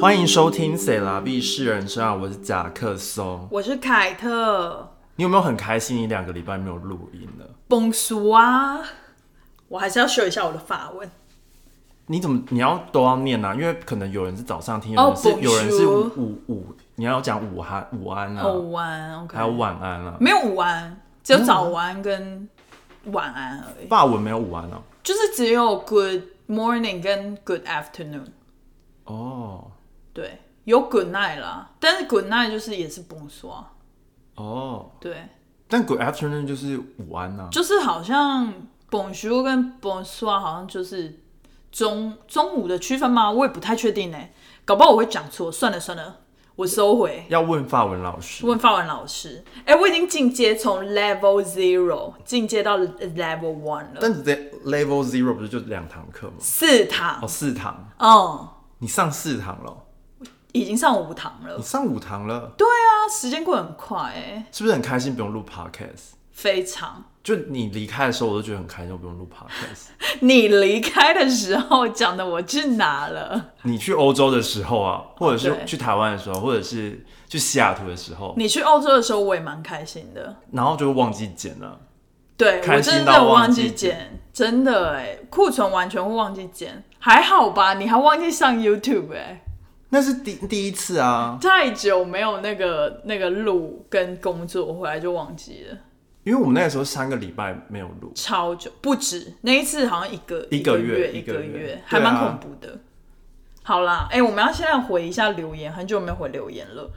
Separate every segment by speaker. Speaker 1: 欢迎收听《塞拉必是人生》啊，我是贾克松。
Speaker 2: 我是凯特，
Speaker 1: 你有没有很开心？你两个礼拜没有录音了？
Speaker 2: 蹦叔啊！我还是要修一下我的法文。
Speaker 1: 你怎么你要都要念啊？因为可能有人是早上听，有人是、
Speaker 2: 哦，bonjour
Speaker 1: 有人是午午，你要讲午安午安啊，
Speaker 2: 哦，午安，OK，
Speaker 1: 还有晚安啊。
Speaker 2: 没有午安，只有早安跟晚安而已，
Speaker 1: 法文没有午安啊？
Speaker 2: 就是只有 Good morning 跟 Good afternoon。
Speaker 1: 哦
Speaker 2: 对，有 Good night 啦，但是 Good night 就是也是蹦叔啊。
Speaker 1: 哦，
Speaker 2: 对，
Speaker 1: 但 Good afternoon 就是午安啊。
Speaker 2: 就是好像 bonjour 跟 bonsoir 好像就是中中午的区分吗？我也不太确定呢、搞不好我会讲错。算了算了，我收回。
Speaker 1: 要问法文老师，
Speaker 2: 问法文老师，哎、我已经进阶从 level zero 进阶到 level one 了，
Speaker 1: 但是 Level Zero 不是就两堂课吗？
Speaker 2: 四堂
Speaker 1: 哦，，四堂，
Speaker 2: 嗯，
Speaker 1: 你上四堂了，
Speaker 2: 已经上五堂了
Speaker 1: 你。上五堂了，
Speaker 2: 那时间过得很快、哎，
Speaker 1: 是不是很开心？不用录 Podcast。
Speaker 2: 非常。
Speaker 1: 就你离开的时候，我就觉得很开心，我不用录 podcast。
Speaker 2: 你离开的时候讲的我去哪了？
Speaker 1: 你去欧洲的时候啊，或者是
Speaker 2: 哦对
Speaker 1: 去台湾的时候，或者是去西雅图的时候，
Speaker 2: 你去欧洲的时候我也蛮开心的，
Speaker 1: 然后就会忘记剪了。
Speaker 2: 对
Speaker 1: 开
Speaker 2: 我
Speaker 1: 心
Speaker 2: 真
Speaker 1: 到
Speaker 2: 的
Speaker 1: 忘
Speaker 2: 忘
Speaker 1: 记
Speaker 2: 记剪，真的哎、库存完全会忘记剪，还好吧？你还忘记上 YouTube 哎、
Speaker 1: 那是第第一次啊，
Speaker 2: 太久没有那个那个录跟工作回来就忘记了。
Speaker 1: 因为我们那个时候三个礼拜没有录，
Speaker 2: 超久，不止那一次，好像一个
Speaker 1: 一个
Speaker 2: 个
Speaker 1: 月一
Speaker 2: 一
Speaker 1: 个
Speaker 2: 个
Speaker 1: 月
Speaker 2: 月，还
Speaker 1: 对啊
Speaker 2: 蛮恐怖的。好啦，哎、我们要现在回一下留言，很久没有回留言了。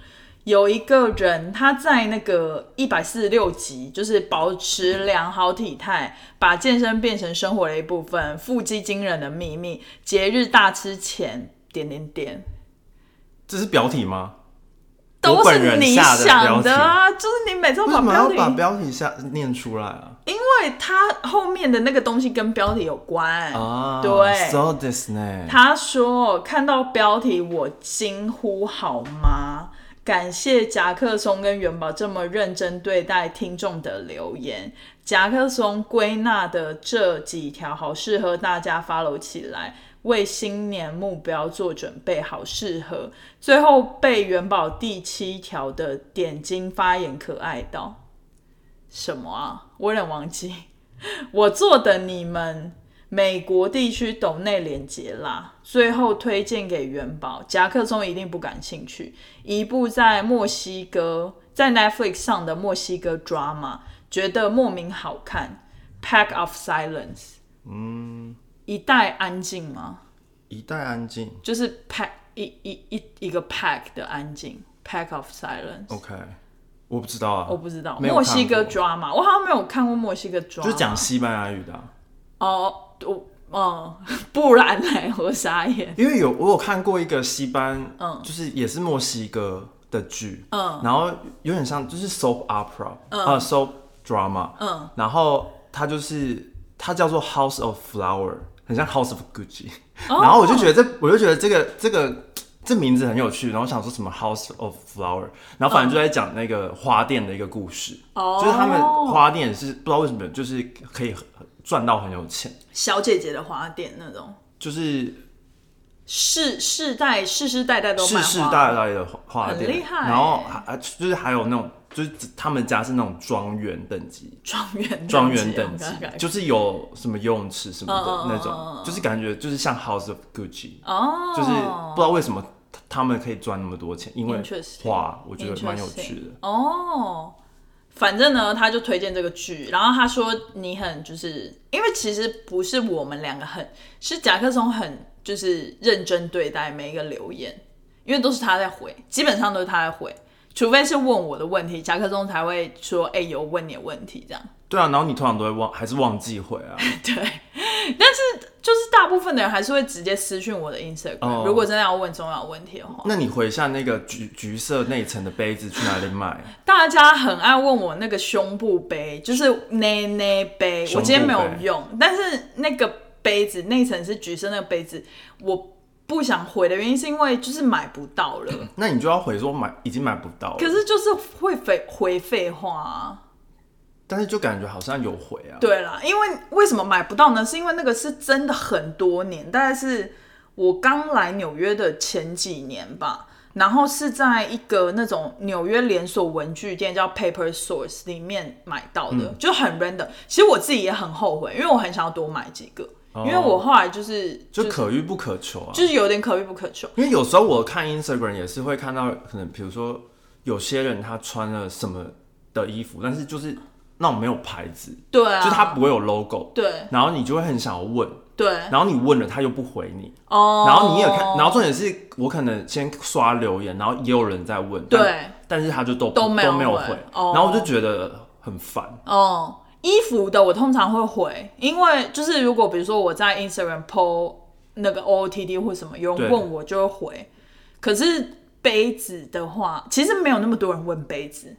Speaker 2: 有一个人他在那个一百四十六集，就是保持良好体态，把健身变成生活的一部分，腹肌惊人的秘密，节日大吃前点点点，
Speaker 1: 这是标题吗？我
Speaker 2: 都
Speaker 1: 本
Speaker 2: 是
Speaker 1: 人
Speaker 2: 你
Speaker 1: 下的标
Speaker 2: 想
Speaker 1: 题
Speaker 2: 的啊！就是你每次都
Speaker 1: 为
Speaker 2: 把
Speaker 1: 什么
Speaker 2: 标
Speaker 1: 要
Speaker 2: 题
Speaker 1: 把标题下念出来啊？
Speaker 2: 因为它后面的那个东西跟标题有关
Speaker 1: 啊，
Speaker 2: 对
Speaker 1: ，so this 呢？
Speaker 2: 他说：“看到标题我惊呼好吗？感谢夹克松跟元宝这么认真对待听众的留言。夹克松归纳的这几条好适合大家 follow 起来，为新年目标做准备，好适合。最后被元宝第七条的点睛发言可爱到什么啊？我有点忘记。”我做的你们美国地区抖内连接啦，最后推荐给元宝，夹克松一定不感兴趣。一部在墨西哥在 Netflix 上的墨西哥 drama，觉得莫名好看，《Pack of Silence》。
Speaker 1: 嗯，
Speaker 2: 一代安静吗？
Speaker 1: 一代安静
Speaker 2: 就是 pack 一一一一个 pack 的安静，pack of silence。
Speaker 1: ，OK，我不知道啊，
Speaker 2: 我不知道
Speaker 1: 哦没有
Speaker 2: 墨西哥
Speaker 1: 看
Speaker 2: drama，我好像没有看过墨西哥 drama。
Speaker 1: 就是讲西班牙语的啊、
Speaker 2: 哦，我哦， 不然嘞，我傻眼。
Speaker 1: 因为有我有看过一个西班，
Speaker 2: 嗯
Speaker 1: 就是也是墨西哥的剧，
Speaker 2: 嗯，
Speaker 1: 然后有点像就是 soap opera，啊 soap drama，
Speaker 2: 嗯，
Speaker 1: 然后它就是它叫做 House of Flower，很像 House of Gucci，、然
Speaker 2: 哦
Speaker 1: 后我就觉得这我就觉得这个这个这名字很有趣，然后想说什么 House of Flower，然后反正就在讲那个花店的一个故事，
Speaker 2: 哦
Speaker 1: 就是他们花店是不知道为什么就是可以很赚到很有钱，
Speaker 2: 小姐姐的花店那种，
Speaker 1: 就是
Speaker 2: 世世代世世代代都卖
Speaker 1: 世
Speaker 2: 花，
Speaker 1: 世代代的花店，
Speaker 2: 很厉害欸
Speaker 1: 然后还还就是还有那种，就是他们家是那种庄园等级，
Speaker 2: 庄园等级
Speaker 1: 庄园等级
Speaker 2: 我刚刚
Speaker 1: 就是有什么游泳池什么
Speaker 2: 嗯嗯
Speaker 1: 的
Speaker 2: 嗯
Speaker 1: 那种，就是感觉就是像 House of Gucci，
Speaker 2: 哦，
Speaker 1: 就是不知道为什么他他们可以赚那么多钱，因为
Speaker 2: Interesting
Speaker 1: 花我觉得蛮有趣的
Speaker 2: Interesting。哦。反正呢，他就推荐这个剧，然后他说你很就是，因为其实不是我们两个很，是甲克松很就是认真对待每一个留言，因为都是他在回，基本上都是他在回，除非是问我的问题，甲克松才会说，哎、有问你的问题这样。
Speaker 1: 对啊，然后你通常都会忘，还是忘记回啊，
Speaker 2: 对，但是就是大部分的人还是会直接私讯我的 Instagram，、
Speaker 1: 哦
Speaker 2: 如果真的要问重要问题的话，
Speaker 1: 那你回一下那个橘橘色内层的杯子去哪里买？
Speaker 2: 大家很爱问啊我那个胸部杯，就是内内杯，
Speaker 1: 胸部杯
Speaker 2: 我今天没有用，但是那个杯子内层是橘色那个杯子，我不想回的原因是因为就是买不到了，
Speaker 1: 那你就要回说买已经买不到
Speaker 2: 可
Speaker 1: 了，
Speaker 2: 是就是会废回废话、啊。
Speaker 1: 但是就感觉好像有回啊。
Speaker 2: 对啦，因为为什么买不到呢？是因为那个是真的很多年，大概是。我刚来纽约的前几年吧，然后是在一个那种纽约连锁文具店叫 Paper Source 里面买到的，
Speaker 1: 嗯
Speaker 2: 就很 random。其实我自己也很后悔，因为我很想要多买几个，
Speaker 1: 哦
Speaker 2: 因为我后来就是
Speaker 1: 就是可遇不可求啊。
Speaker 2: 就是有点可遇不可求。
Speaker 1: 因为有时候我看 Instagram 也是会看到，可能比如说有些人他穿了什么的衣服，但是就是那种没有牌子，
Speaker 2: 对啊，
Speaker 1: 就他不会有 logo，
Speaker 2: 对
Speaker 1: 然后你就会很想要问，
Speaker 2: 对
Speaker 1: 然后你问了他又不回你，
Speaker 2: 哦，
Speaker 1: 然后你也看，然后重点是我可能先刷留言，然后也有人在问，但
Speaker 2: 对，
Speaker 1: 但是他就都
Speaker 2: 都没
Speaker 1: 没
Speaker 2: 有
Speaker 1: 有
Speaker 2: 回
Speaker 1: 回，
Speaker 2: 哦
Speaker 1: 然后我就觉得很烦，
Speaker 2: 哦，衣服的我通常会回，因为就是如果比如说我在 Instagram po 那个 OOTD 或什么，有人
Speaker 1: 对
Speaker 2: 问我就会回。可是杯子的话，其实没有那么多人问杯子，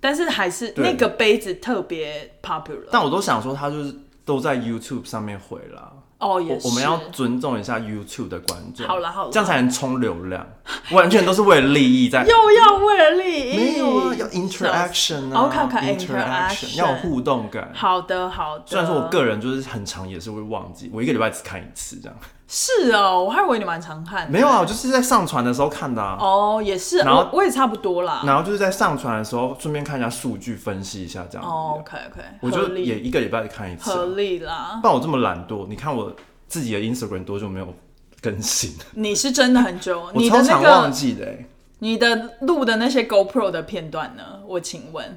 Speaker 2: 但是还是
Speaker 1: 对
Speaker 2: 那个杯子特别 popular。
Speaker 1: 但我都想说他就是都在 YouTube 上面回啦。
Speaker 2: 哦，
Speaker 1: 我
Speaker 2: 也是，
Speaker 1: 我们要尊重一下 YouTube 的观众，
Speaker 2: 好啦好啦
Speaker 1: 这样才能冲流量， 完全都是为了利益在。
Speaker 2: 又要为了利益，
Speaker 1: 没有啊，要 interaction 啊
Speaker 2: OK OK
Speaker 1: ，interaction 要有互动感。
Speaker 2: 哎好的好的。
Speaker 1: 虽然说我个人就是很长，也是会忘记，我一个礼拜只看一次 这样。
Speaker 2: 是哦，我还以为你蛮常看的。
Speaker 1: 没有啊，我就是在上传的时候看的啊，
Speaker 2: 哦，也是，
Speaker 1: 然后
Speaker 2: 我我也差不多啦。
Speaker 1: 然后就是在上传的时候顺便看一下数据，分析一下这样。
Speaker 2: 哦，OK OK，
Speaker 1: 我
Speaker 2: 合
Speaker 1: 就
Speaker 2: 理
Speaker 1: 也一个礼拜看一次啊。
Speaker 2: 合理啦。
Speaker 1: 不然我这么懒惰，你看我自己的 Instagram 多久没有更新？
Speaker 2: 你是真的很久，
Speaker 1: 我
Speaker 2: 你
Speaker 1: 超
Speaker 2: 的那
Speaker 1: 常忘
Speaker 2: 个
Speaker 1: 记的欸。
Speaker 2: 你的录的那些 GoPro 的片段呢？我请问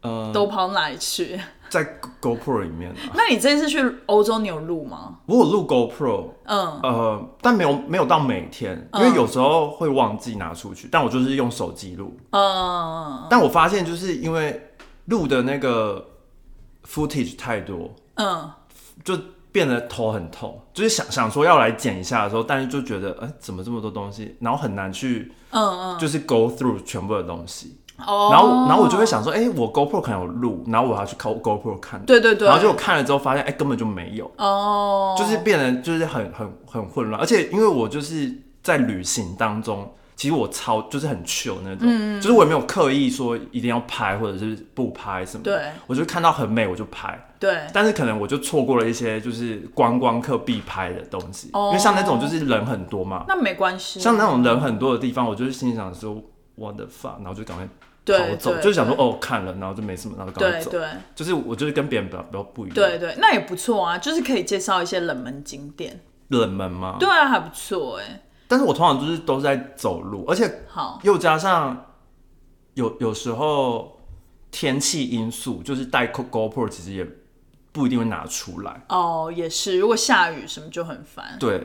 Speaker 1: 呃，
Speaker 2: 都跑哪 里去？
Speaker 1: 在 GoPro 里面啊，
Speaker 2: 那你这次去欧洲你有录吗？
Speaker 1: 我有录 GoPro，
Speaker 2: 嗯，
Speaker 1: 呃，但没有没有到每天，因为有时候会忘记拿出去，但我就是用手机录。
Speaker 2: 嗯
Speaker 1: 但我发现就是因为录的那个 footage 太多，
Speaker 2: 嗯，
Speaker 1: 就变得头很痛，就是想想说要来剪一下的时候，但是就觉得，哎、怎么这么多东西，然后很难去，嗯嗯，就是 go through 全部的东西。
Speaker 2: 哦，
Speaker 1: 然后我，然后我就会想说，哎、我 GoPro 可能有录，然后我要去 Go GoPro 看，
Speaker 2: 对对对，
Speaker 1: 然后就我看了之后发现，哎、根本就没有，
Speaker 2: 哦，
Speaker 1: 就是变得就是很很很混乱，而且因为我就是在旅行当中，其实我超就是很 chill 那
Speaker 2: 嗯
Speaker 1: 种，就是我也没有刻意说一定要拍或者是不拍什么，
Speaker 2: 对，
Speaker 1: 我就看到很美我就拍，
Speaker 2: 对
Speaker 1: 但是可能我就错过了一些就是观光客必拍的东西，
Speaker 2: 哦
Speaker 1: 因为像那种就是人很多嘛，
Speaker 2: 那没关系，
Speaker 1: 像那种人很多的地方，我就是心里想说 what the fuck，然后就赶快。
Speaker 2: 对
Speaker 1: 跑走，
Speaker 2: 对
Speaker 1: 就是想说哦看了，然后就没什么，然后就赶快
Speaker 2: 对
Speaker 1: 走。
Speaker 2: 对
Speaker 1: 就是我就是跟别人比较比较不一样，
Speaker 2: 对对，那也不错啊，就是可以介绍一些冷门景点，
Speaker 1: 冷门嘛。
Speaker 2: 对啊，还不错哎，
Speaker 1: 但是我通常就是都是在走路，而且
Speaker 2: 好，
Speaker 1: 又加上有有时候天气因素，就是带 Go- GoPro 其实也不一定会拿出来。
Speaker 2: 哦，也是，如果下雨什么就很烦，
Speaker 1: 对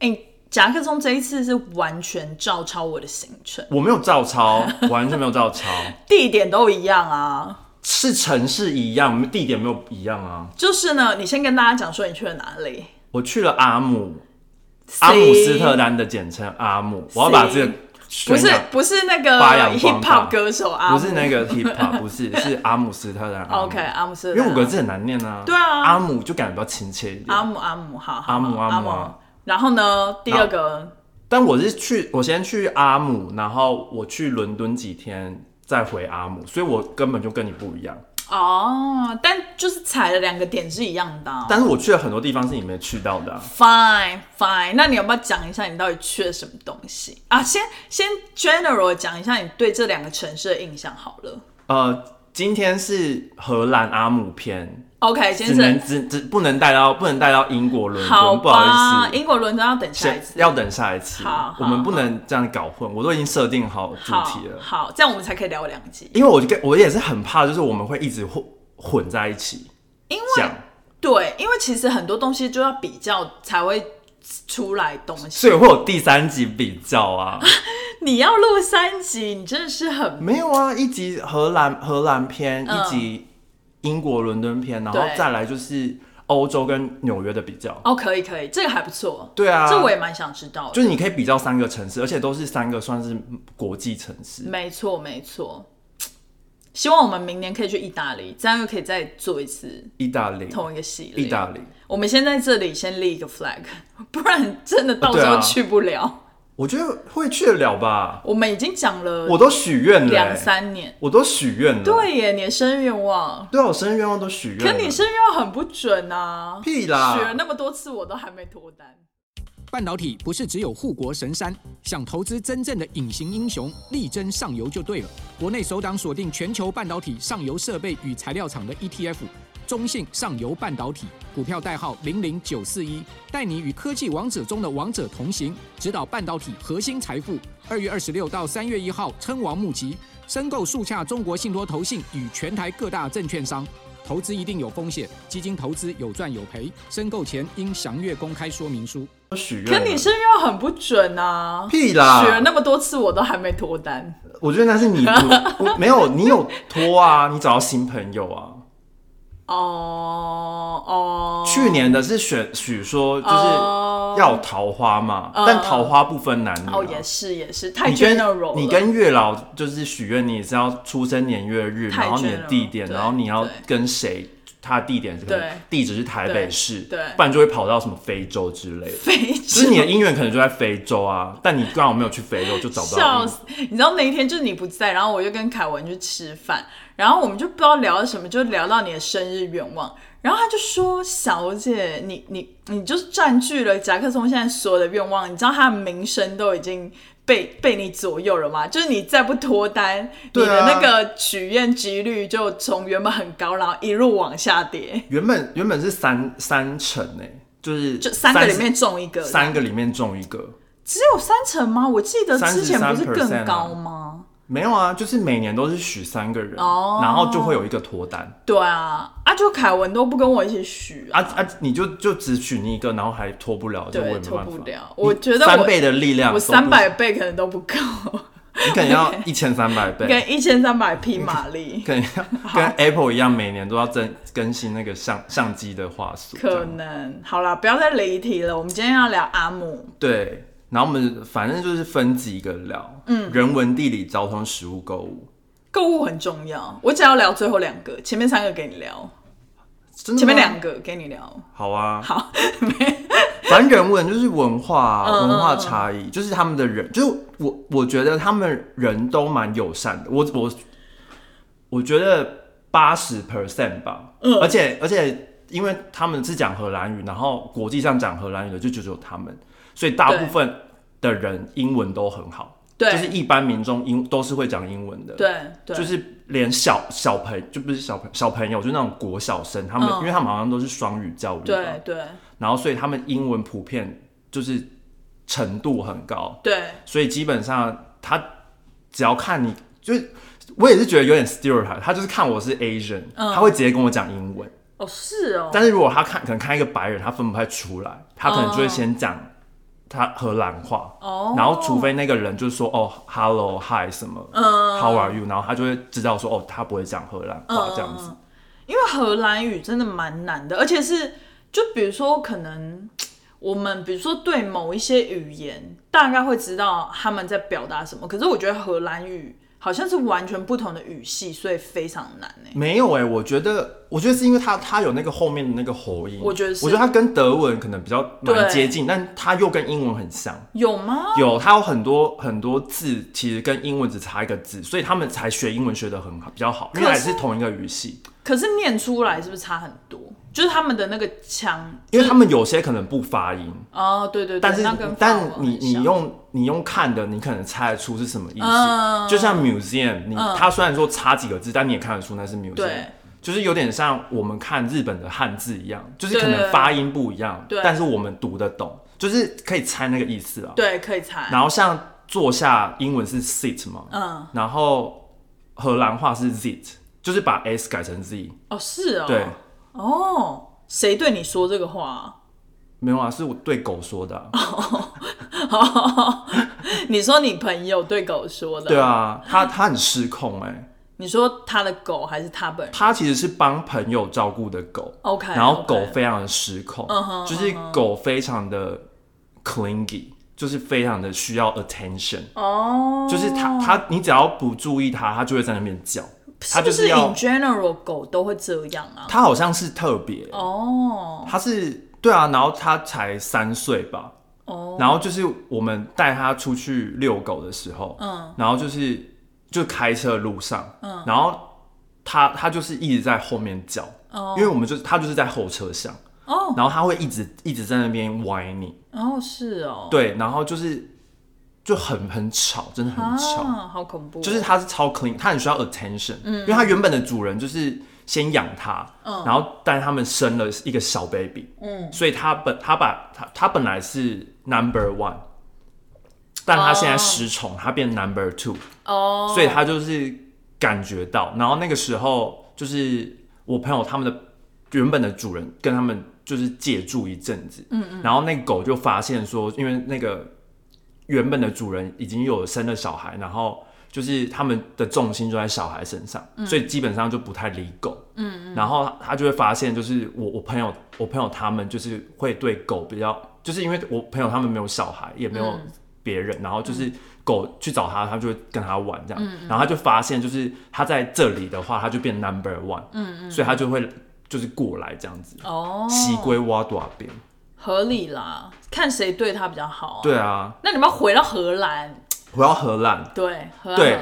Speaker 2: 哎、夹克松这一次是完全照抄我的行程，
Speaker 1: 我没有照抄，完全没有照抄，
Speaker 2: 地点都一样啊。
Speaker 1: 是城市一样，地点没有一样啊。
Speaker 2: 就是呢，你先跟大家讲说你去了哪里。
Speaker 1: 我去了阿姆，阿姆斯特丹的简称阿姆，我要把这个
Speaker 2: 不
Speaker 1: 宣
Speaker 2: 是
Speaker 1: 扬
Speaker 2: 不是那个
Speaker 1: 发扬
Speaker 2: hip
Speaker 1: 光
Speaker 2: hop
Speaker 1: 大
Speaker 2: 歌手啊，
Speaker 1: 不是那个 hip hop，不是，是阿姆斯特丹阿姆。
Speaker 2: OK 阿姆斯
Speaker 1: 因
Speaker 2: 特丹，
Speaker 1: 为五个字很难念啊。
Speaker 2: 对啊
Speaker 1: 阿姆就感觉比较亲切一点。
Speaker 2: 阿姆阿姆，好好好
Speaker 1: 阿姆
Speaker 2: 阿
Speaker 1: 阿姆啊
Speaker 2: 然后呢，第二个
Speaker 1: 但我是去，我先去阿姆，然后我去伦敦几天，再回阿姆，所以我根本就跟你不一样。
Speaker 2: 哦，但就是踩了两个点是一样的啊、
Speaker 1: 但是我去了很多地方是你没去到的啊、
Speaker 2: Fine fine，那你要不要讲一下你到底去了什么东西啊？先先 general 讲一下你对这两个城市的印象好了。
Speaker 1: 呃，今天是荷兰阿姆篇，
Speaker 2: OK，先
Speaker 1: 只
Speaker 2: 生
Speaker 1: 能，只只不能带到不能带到英国伦
Speaker 2: 好
Speaker 1: 敦，不好
Speaker 2: 吧，
Speaker 1: 意思。
Speaker 2: 英国伦敦要等下一
Speaker 1: 先
Speaker 2: 次。
Speaker 1: 要等下一次
Speaker 2: 好好，
Speaker 1: 我们不能这样搞混。我都已经设定好主
Speaker 2: 好
Speaker 1: 题了，
Speaker 2: 好，这样我们才可以聊两集。
Speaker 1: 因为我就跟我也是很怕，就是我们会一直混混在一起
Speaker 2: 因为
Speaker 1: 讲，
Speaker 2: 对，因为其实很多东西就要比较才会出来东西。
Speaker 1: 所以会有第三集比较啊。
Speaker 2: 你要录三集，你真的是很
Speaker 1: 没有啊，一集荷兰荷兰篇，
Speaker 2: 嗯
Speaker 1: 一集英国伦敦篇，然后
Speaker 2: 对
Speaker 1: 再来就是欧洲跟纽约的比较。
Speaker 2: 哦，可以可以，这个还不错，
Speaker 1: 对啊，
Speaker 2: 这我也蛮想知道的。
Speaker 1: 就是你可以比较三个城市，而且都是三个算是国际城市。
Speaker 2: 没错没错，希望我们明年可以去意大利，这样又可以再做一次
Speaker 1: 意大利，
Speaker 2: 同一个系列。
Speaker 1: 意大利，
Speaker 2: 我们先在这里先立一个 flag，不然真的到
Speaker 1: 对
Speaker 2: 时
Speaker 1: 啊
Speaker 2: 候去不了。
Speaker 1: 我觉得会去得了吧？
Speaker 2: 我们已经讲了
Speaker 1: 我都许愿了、
Speaker 2: 两
Speaker 1: 欸，
Speaker 2: 三年。
Speaker 1: 我都许愿了。，
Speaker 2: 对耶，你的生日愿望，
Speaker 1: 对啊，我生日愿望都许愿
Speaker 2: 可
Speaker 1: 了。
Speaker 2: 你生日愿望很不准啊！
Speaker 1: 屁啦！啊
Speaker 2: 许了那么多次，我都还没脱单。
Speaker 3: Ba ba ba ba ba ba ba ba ba ba ba ba ba 半导体不是只有护国神山，想投资真正的隐形英雄，力争上游就对了。国内首档锁定全球半导体上游设备与材料厂的 ETF，中信上游半导体，股票代号零零九四一，带你与科技王者中的王者同行，指导半导体核心财富。二月二十六到三月一号称王募集，申购速洽中国信托投信与全台各大证券商。投资一定有风险，基金投资有赚有赔，申购前应详阅公开说明书。
Speaker 1: 我许愿
Speaker 2: 可
Speaker 1: 了，
Speaker 2: 你是又很不准啊！
Speaker 1: 屁啦
Speaker 2: 许了那么多次，我都还没脱单。
Speaker 1: 我觉得那是你不我没有，你有托啊，你找到新朋友啊。
Speaker 2: 哦哦，
Speaker 1: 去年的是选许说就是
Speaker 2: 哦
Speaker 1: 要桃花嘛，但桃花不分男女、啊。
Speaker 2: 哦也是也是太
Speaker 1: 你跟
Speaker 2: general 了。
Speaker 1: 你跟月老就是许愿，你也是要出生年月日，
Speaker 2: 太
Speaker 1: 然后你的
Speaker 2: general，
Speaker 1: 地点，
Speaker 2: 对
Speaker 1: 然后你要
Speaker 2: 对
Speaker 1: 跟谁，他的地点是可能
Speaker 2: 对
Speaker 1: 地址是台北
Speaker 2: 对
Speaker 1: 市，
Speaker 2: 对
Speaker 1: 不然就会跑到什么非洲之类的。
Speaker 2: 非
Speaker 1: 就
Speaker 2: 洲
Speaker 1: 是你的姻缘可能就在非洲啊，但你刚好没有去非洲，就找不到嗯姻缘。
Speaker 2: 笑死！你知道那一天就是你不在，然后我就跟凯文去吃饭，然后我们就不知道聊什么，就聊到你的生日愿望，然后他就说：“小姐，你你你就是占据了夹克松现在所有的愿望，你知道他的名声都已经。”被被你左右了吗？就是你再不脱单，你
Speaker 1: 对
Speaker 2: 的
Speaker 1: 啊
Speaker 2: 那个许愿几率就从原本很高，然后一路往下跌，
Speaker 1: 原本原本是三三成诶、就是
Speaker 2: 就三个里
Speaker 1: 十
Speaker 2: 面中一个，
Speaker 1: 三个里面中一个，
Speaker 2: 只有三成吗？我记得之前不是更高吗？
Speaker 1: 没有啊，就是每年都是许三个人，
Speaker 2: 哦
Speaker 1: 然后就会有一个脱单
Speaker 2: 对啊，啊，就凯文都不跟我一起许啊，
Speaker 1: 啊啊！你就就只许你一个，然后还脱不了，这我
Speaker 2: 对
Speaker 1: 也，没
Speaker 2: 脱
Speaker 1: 办法。
Speaker 2: 不了。我觉得
Speaker 1: 三
Speaker 2: 我
Speaker 1: 倍的力量，
Speaker 2: 我三，百倍可能都不够，
Speaker 1: 你可能要一千三百倍，
Speaker 2: 跟一千三百匹马力
Speaker 1: 可能要 跟 Apple 一样，每年都要增更新那个相相机的话术。这
Speaker 2: 可
Speaker 1: 样
Speaker 2: 能。好啦，不要再离题了。我们今天要聊阿姆，
Speaker 1: 对，然后我们反正就是分几个聊，嗯，人文、地理、交通、食物、购物，
Speaker 2: 购物很重要。我只要聊最后两个，前面三个给你聊，
Speaker 1: 真的
Speaker 2: 前面
Speaker 1: 吗
Speaker 2: 两个给你聊。
Speaker 1: 好啊，
Speaker 2: 好，
Speaker 1: 反正人文就是文化、啊
Speaker 2: 嗯
Speaker 1: 文化差异，就是他们的人，就是我我觉得他们人都蛮友善的，我我我觉得八十 percent 吧，
Speaker 2: 嗯
Speaker 1: 而且而且因为他们是讲荷兰语，然后国际上讲荷兰语的就只有他们，所以大部分的人英文都很好，
Speaker 2: 对
Speaker 1: 就是一般民众英都是会讲英文的，
Speaker 2: 对对，
Speaker 1: 就是连小小朋就不是小朋小朋友，就那种国小生，他们、
Speaker 2: 嗯
Speaker 1: 因为他们好像都是双语教育嘛，
Speaker 2: 对对
Speaker 1: 然后所以他们英文普遍就是程度很高，
Speaker 2: 对，
Speaker 1: 所以基本上他只要看你，就是我也是觉得有点 stereotype，他就是看我是 Asian，、他
Speaker 2: 嗯
Speaker 1: 会直接跟我讲英文，
Speaker 2: 哦是哦，
Speaker 1: 但是如果他看可能看一个白人，他分不太出来，他可能就会先讲他荷兰话，
Speaker 2: 哦
Speaker 1: 然后除非那个人就说哦 hello hi 什么、
Speaker 2: 嗯
Speaker 1: how are you，然后他就会知道说哦他不会讲荷兰话、这样子，
Speaker 2: 因为荷兰语真的蛮难的，而且是就比如说可能我们比如说对某一些语言大概会知道他们在表达什么，可是我觉得荷兰语好像是完全不同的语系，所以非常难哎、
Speaker 1: 没有哎、我觉得，我觉得是因为它它有那个后面的那个喉音，
Speaker 2: 我觉得是
Speaker 1: 我觉得它跟德文可能比较蛮
Speaker 2: 对
Speaker 1: 接近，但它又跟英文很像。
Speaker 2: 有吗？
Speaker 1: 有，它有很多很多字，其实跟英文只差一个字，所以他们才学英文学的很好，比较好，因为
Speaker 2: 可
Speaker 1: 还
Speaker 2: 是
Speaker 1: 是同一个语系。
Speaker 2: 可是念出来是不是差很多？就是他们的那个腔
Speaker 1: 因为他们有些可能不发音，
Speaker 2: 哦，对对对，
Speaker 1: 但是
Speaker 2: 那跟法
Speaker 1: 但
Speaker 2: 文很
Speaker 1: 你你
Speaker 2: 像
Speaker 1: 用你用看的，你可能猜得出是什么意思。
Speaker 2: 嗯
Speaker 1: 就像 museum，你、它虽然说差几个字，但你也看得出那是 museum
Speaker 2: 对。
Speaker 1: 就是有点像我们看日本的汉字一样，就是
Speaker 2: 对
Speaker 1: 可能发音不一样，
Speaker 2: 对
Speaker 1: 但是我们读得懂，就是可以猜那个意思啊。
Speaker 2: 对可以猜，
Speaker 1: 然后像坐下，英文是 sit 嘛，
Speaker 2: 嗯，
Speaker 1: 然后荷兰话是 zit，就是把 s 改成 z。
Speaker 2: 哦是哦，
Speaker 1: 对，
Speaker 2: 哦，谁对你说这个话啊、
Speaker 1: 没有啊，是我对狗说的啊、
Speaker 2: 哦你说你朋友对狗说的，
Speaker 1: 对，啊，他他很失控哎、
Speaker 2: 你说他的狗还是他本人？
Speaker 1: 他其实是帮朋友照顾的狗
Speaker 2: OK，
Speaker 1: 然后狗
Speaker 2: OK
Speaker 1: 非常的失控
Speaker 2: 嗯哼
Speaker 1: 就是狗非常的 clingy，就是非常的需要 attention，、
Speaker 2: 哦，
Speaker 1: 就是它它你只要不注意它，它就会在那边叫，它
Speaker 2: 是
Speaker 1: 就
Speaker 2: 不是 in
Speaker 1: 要
Speaker 2: general 狗都会这样啊？
Speaker 1: 它好像是特别，
Speaker 2: 哦
Speaker 1: 它是对啊，然后它才三岁吧，
Speaker 2: 哦，
Speaker 1: 然后就是我们带它出去遛狗的时候，
Speaker 2: 嗯
Speaker 1: 然后就是就开车的路上，
Speaker 2: 嗯
Speaker 1: 然后它它就是一直在后面叫，
Speaker 2: 哦
Speaker 1: 因为我们就是它就是在后车厢，
Speaker 2: 哦
Speaker 1: 然后他会一直一直在那边歪你，
Speaker 2: 哦，是哦，
Speaker 1: 对，然后就是就很很吵，真的很吵，
Speaker 2: 啊，好恐怖哦，
Speaker 1: 就是它是超 clean，它很需要 attention，、因为它原本的主人就是先养它，然后但他们生了一个小 baby，嗯，所以它本它把它它本来是 number one，但它现在失宠，它变 number two，
Speaker 2: 哦，
Speaker 1: 所以他就是感觉到，然后那个时候就是我朋友他们的原本的主人跟他们就是借住一阵子，嗯嗯，然后那狗就发现说，因为那个原本的主人已经有生了小孩，然后就是他们的重心就在小孩身上，所以基本上就不太理狗，嗯嗯嗯，然后他就会发现，就是我我朋友我朋友他们就是会对狗比较，就是因为我朋友他们没有小孩，也没有别人，然后就是狗去找他，他就会跟他玩这样，然后他就发现就是他在这里的话，他就变 number one，嗯嗯，所以他就会就是过来这样子，
Speaker 2: 哦，
Speaker 1: 西龟挖多少遍，
Speaker 2: 合理啦，看谁对他比较好、啊。，
Speaker 1: 对啊，
Speaker 2: 那你们要回到荷兰，
Speaker 1: 回到荷兰，
Speaker 2: 对，荷兰，
Speaker 1: 对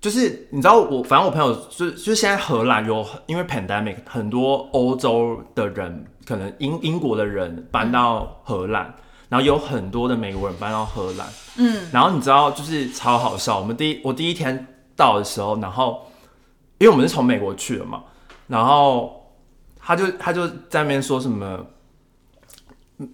Speaker 1: 就是你知道我，反正我朋友就就现在荷兰有因为 pandemic 很多欧洲的人，可能英英国的人搬到荷兰，然后有很多的美国人搬到荷兰，嗯，然后你知道就是超好笑，我们第一我第一天到的时候，然后因为我们是从美国去的嘛，然后他就他就在那边说什么。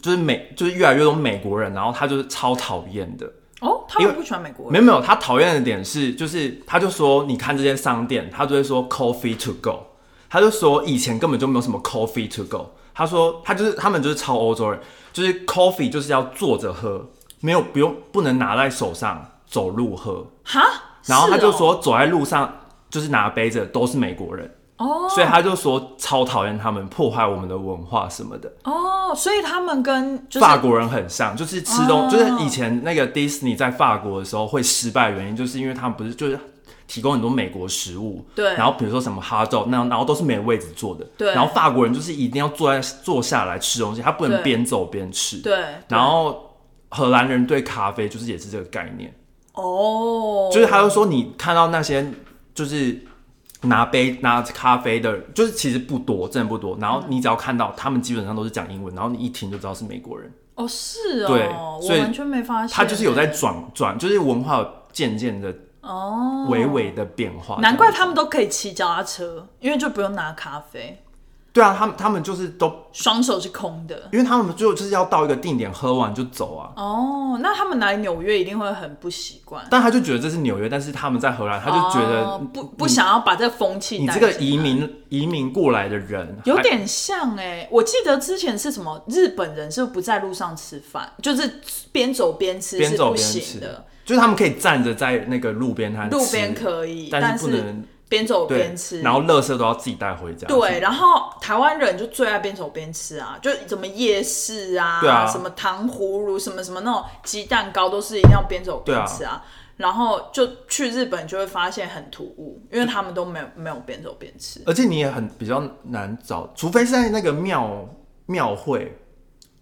Speaker 1: 就是美，就是越来越多美国人，然后他就是超讨厌的，
Speaker 2: 哦，他
Speaker 1: 因
Speaker 2: 们
Speaker 1: 为
Speaker 2: 不喜欢美国
Speaker 1: 没
Speaker 2: 人，
Speaker 1: 有没有，他讨厌的点是，就是他就说，你看这间商店，他就会说 coffee to go，他就说以前根本就没有什么 coffee to go，他说他就是他们就是超欧洲人，就是 coffee 就是要坐着喝，没有不用不能拿在手上走路喝，
Speaker 2: 哈，
Speaker 1: 然后他
Speaker 2: 是
Speaker 1: 就
Speaker 2: 哦
Speaker 1: 说走在路上就是拿杯子的都是美国人，
Speaker 2: 哦
Speaker 1: 所以他就说超讨厌他们破坏我们的文化什么的。
Speaker 2: 哦，所以他们跟就是哦
Speaker 1: 法国人很像，就是吃东，就是以前那个 Disney 在法国的时候会失败，的原因就是因为他们不是就是提供很多美国食物，
Speaker 2: 对
Speaker 1: 然后比如说什么哈豆，那然后都是没位置坐的，
Speaker 2: 对
Speaker 1: 然后法国人就是一定要坐在坐下来吃东西，他不能
Speaker 2: 对
Speaker 1: 边走边吃，，
Speaker 2: 对，
Speaker 1: 然后荷兰人对咖啡就是也是这个概念，
Speaker 2: 哦，
Speaker 1: 就是他就说你看到那些就是。拿杯拿咖啡的，就是其实不多，真的不多。
Speaker 2: 嗯
Speaker 1: 然后你只要看到他们基本上都是讲英文，然后你一听就知道是美国人。
Speaker 2: 哦是哦，
Speaker 1: 对所
Speaker 2: 我
Speaker 1: 以
Speaker 2: 完全没发现，
Speaker 1: 他就是有在转转，就是文化有渐渐的
Speaker 2: 哦，
Speaker 1: 微微的变化。
Speaker 2: 难怪
Speaker 1: 这样
Speaker 2: 他们都可以骑脚踏车，因为就不用拿咖啡，
Speaker 1: 对啊，他们他们就是都，
Speaker 2: 双手是空的。
Speaker 1: 因为他们最后就是要到一个定点喝完就走啊。
Speaker 2: 哦，那他们来纽约一定会很不习惯，
Speaker 1: 但他就觉得这是纽约，但是他们在荷兰，他就觉得、
Speaker 2: 哦不不想要把这个风气
Speaker 1: 你
Speaker 2: 带
Speaker 1: 这
Speaker 2: 进来。
Speaker 1: 个移民移民过来的人还
Speaker 2: 有点像哎、我记得之前是什么日本人是不在路上吃饭，就是边走边吃
Speaker 1: 边
Speaker 2: 是
Speaker 1: 走
Speaker 2: 不
Speaker 1: 边
Speaker 2: 行
Speaker 1: 吃
Speaker 2: 的，，
Speaker 1: 就是他们可以站着在那个路边摊吃，
Speaker 2: 路边可以，
Speaker 1: 但
Speaker 2: 但
Speaker 1: 是不能
Speaker 2: 边走
Speaker 1: 对
Speaker 2: 边吃，，
Speaker 1: 然后垃圾都要自己带回家。
Speaker 2: 对，然后台湾人就最爱边走边吃啊，就什么夜市啊，
Speaker 1: 对啊
Speaker 2: 什么糖葫芦，什么什么那种鸡蛋糕，都是一定要边走边吃啊。然后就去日本就会发现很突兀，因为他们都没有没有边走边吃
Speaker 1: 而且你也很比较难找，除非是在那个庙庙会。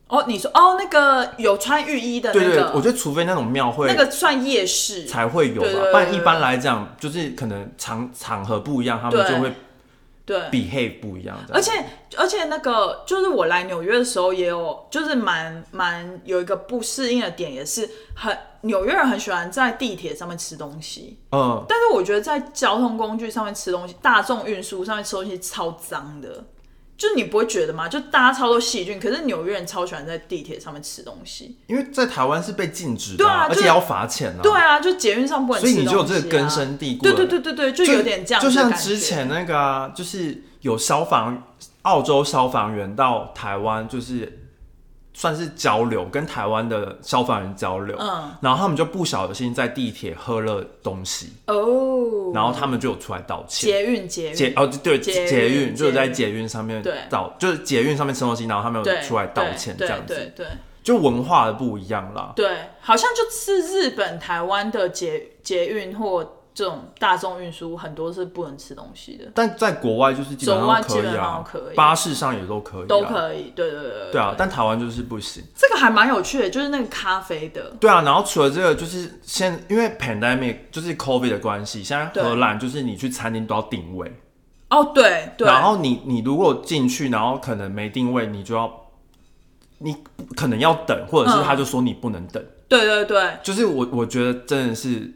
Speaker 2: 哦。你说哦，那个有穿浴衣的那
Speaker 1: 对
Speaker 2: 个，
Speaker 1: 对，我觉得除非那种庙会，
Speaker 2: 那个算夜市，
Speaker 1: 才会有吧
Speaker 2: 对对。对
Speaker 1: 不然一般来讲，就是可能场场合不一样，他们
Speaker 2: 对
Speaker 1: 就会
Speaker 2: 对，
Speaker 1: behave 不一样这样。
Speaker 2: 而且而且那个就是我来纽约的时候也有，就是蛮蛮有一个不适应的点，也是很纽约人很喜欢在地铁上面吃东西，
Speaker 1: 嗯，
Speaker 2: 但是我觉得在交通工具上面吃东西，大众运输上面吃东西超脏的。就是你不会觉得吗？就大家超多细菌，可是纽约人超喜欢在地铁上面吃东西。
Speaker 1: 因为在台湾是被禁止的、
Speaker 2: 对啊
Speaker 1: 而
Speaker 2: 就是
Speaker 1: 且要罚钱啊。
Speaker 2: 对啊，就捷运上不能吃
Speaker 1: 所
Speaker 2: 东
Speaker 1: 以
Speaker 2: 西、啊。
Speaker 1: 你就有这个根深蒂固
Speaker 2: 对
Speaker 1: 的。
Speaker 2: 对对对对，就
Speaker 1: 就
Speaker 2: 有点这样
Speaker 1: 就
Speaker 2: 子的
Speaker 1: 像
Speaker 2: 感觉
Speaker 1: 之前那个啊，就是有消防澳洲消防员到台湾，就是。算是交流，跟台湾的消防员交流，
Speaker 2: 嗯，
Speaker 1: 然后他们就不小心在地铁喝了东西，
Speaker 2: 哦，
Speaker 1: 然后他们就有出来道歉。
Speaker 2: 捷运捷运
Speaker 1: 捷哦对
Speaker 2: 捷运
Speaker 1: 捷运就是
Speaker 2: 捷
Speaker 1: 在
Speaker 2: 运
Speaker 1: 捷运上面
Speaker 2: 对
Speaker 1: 道，就是捷运上面吃东西，然后他们有
Speaker 2: 对
Speaker 1: 出来道歉这
Speaker 2: 对
Speaker 1: 样
Speaker 2: 对
Speaker 1: 子，
Speaker 2: 对对
Speaker 1: 就文化的不一样啦。
Speaker 2: 对，好像就是日本、台湾的捷捷运或这种大众运输，很多是不能吃东西的，
Speaker 1: 但在国外就是基本
Speaker 2: 走
Speaker 1: 上
Speaker 2: 啊
Speaker 1: 都可
Speaker 2: 基
Speaker 1: 以
Speaker 2: 本
Speaker 1: 啊
Speaker 2: 上可，以
Speaker 1: 巴士上也都可以，
Speaker 2: 都
Speaker 1: 以。
Speaker 2: 可以。对对对对
Speaker 1: 啊对啊，但台湾就是不行。
Speaker 2: 这个还蛮有趣的，就是那个咖啡的，
Speaker 1: 对啊，然后除了这个，就是现因为 pandemic 就是 COVID 的关系，现在
Speaker 2: 对
Speaker 1: 荷兰就是你去餐厅都要定位，
Speaker 2: 哦，对对，
Speaker 1: 然后你你如果进去，然后可能没定位，你就要你可能要等，或者是
Speaker 2: 嗯
Speaker 1: 他就说你不能等，
Speaker 2: 对对对，
Speaker 1: 就是我我觉得真的是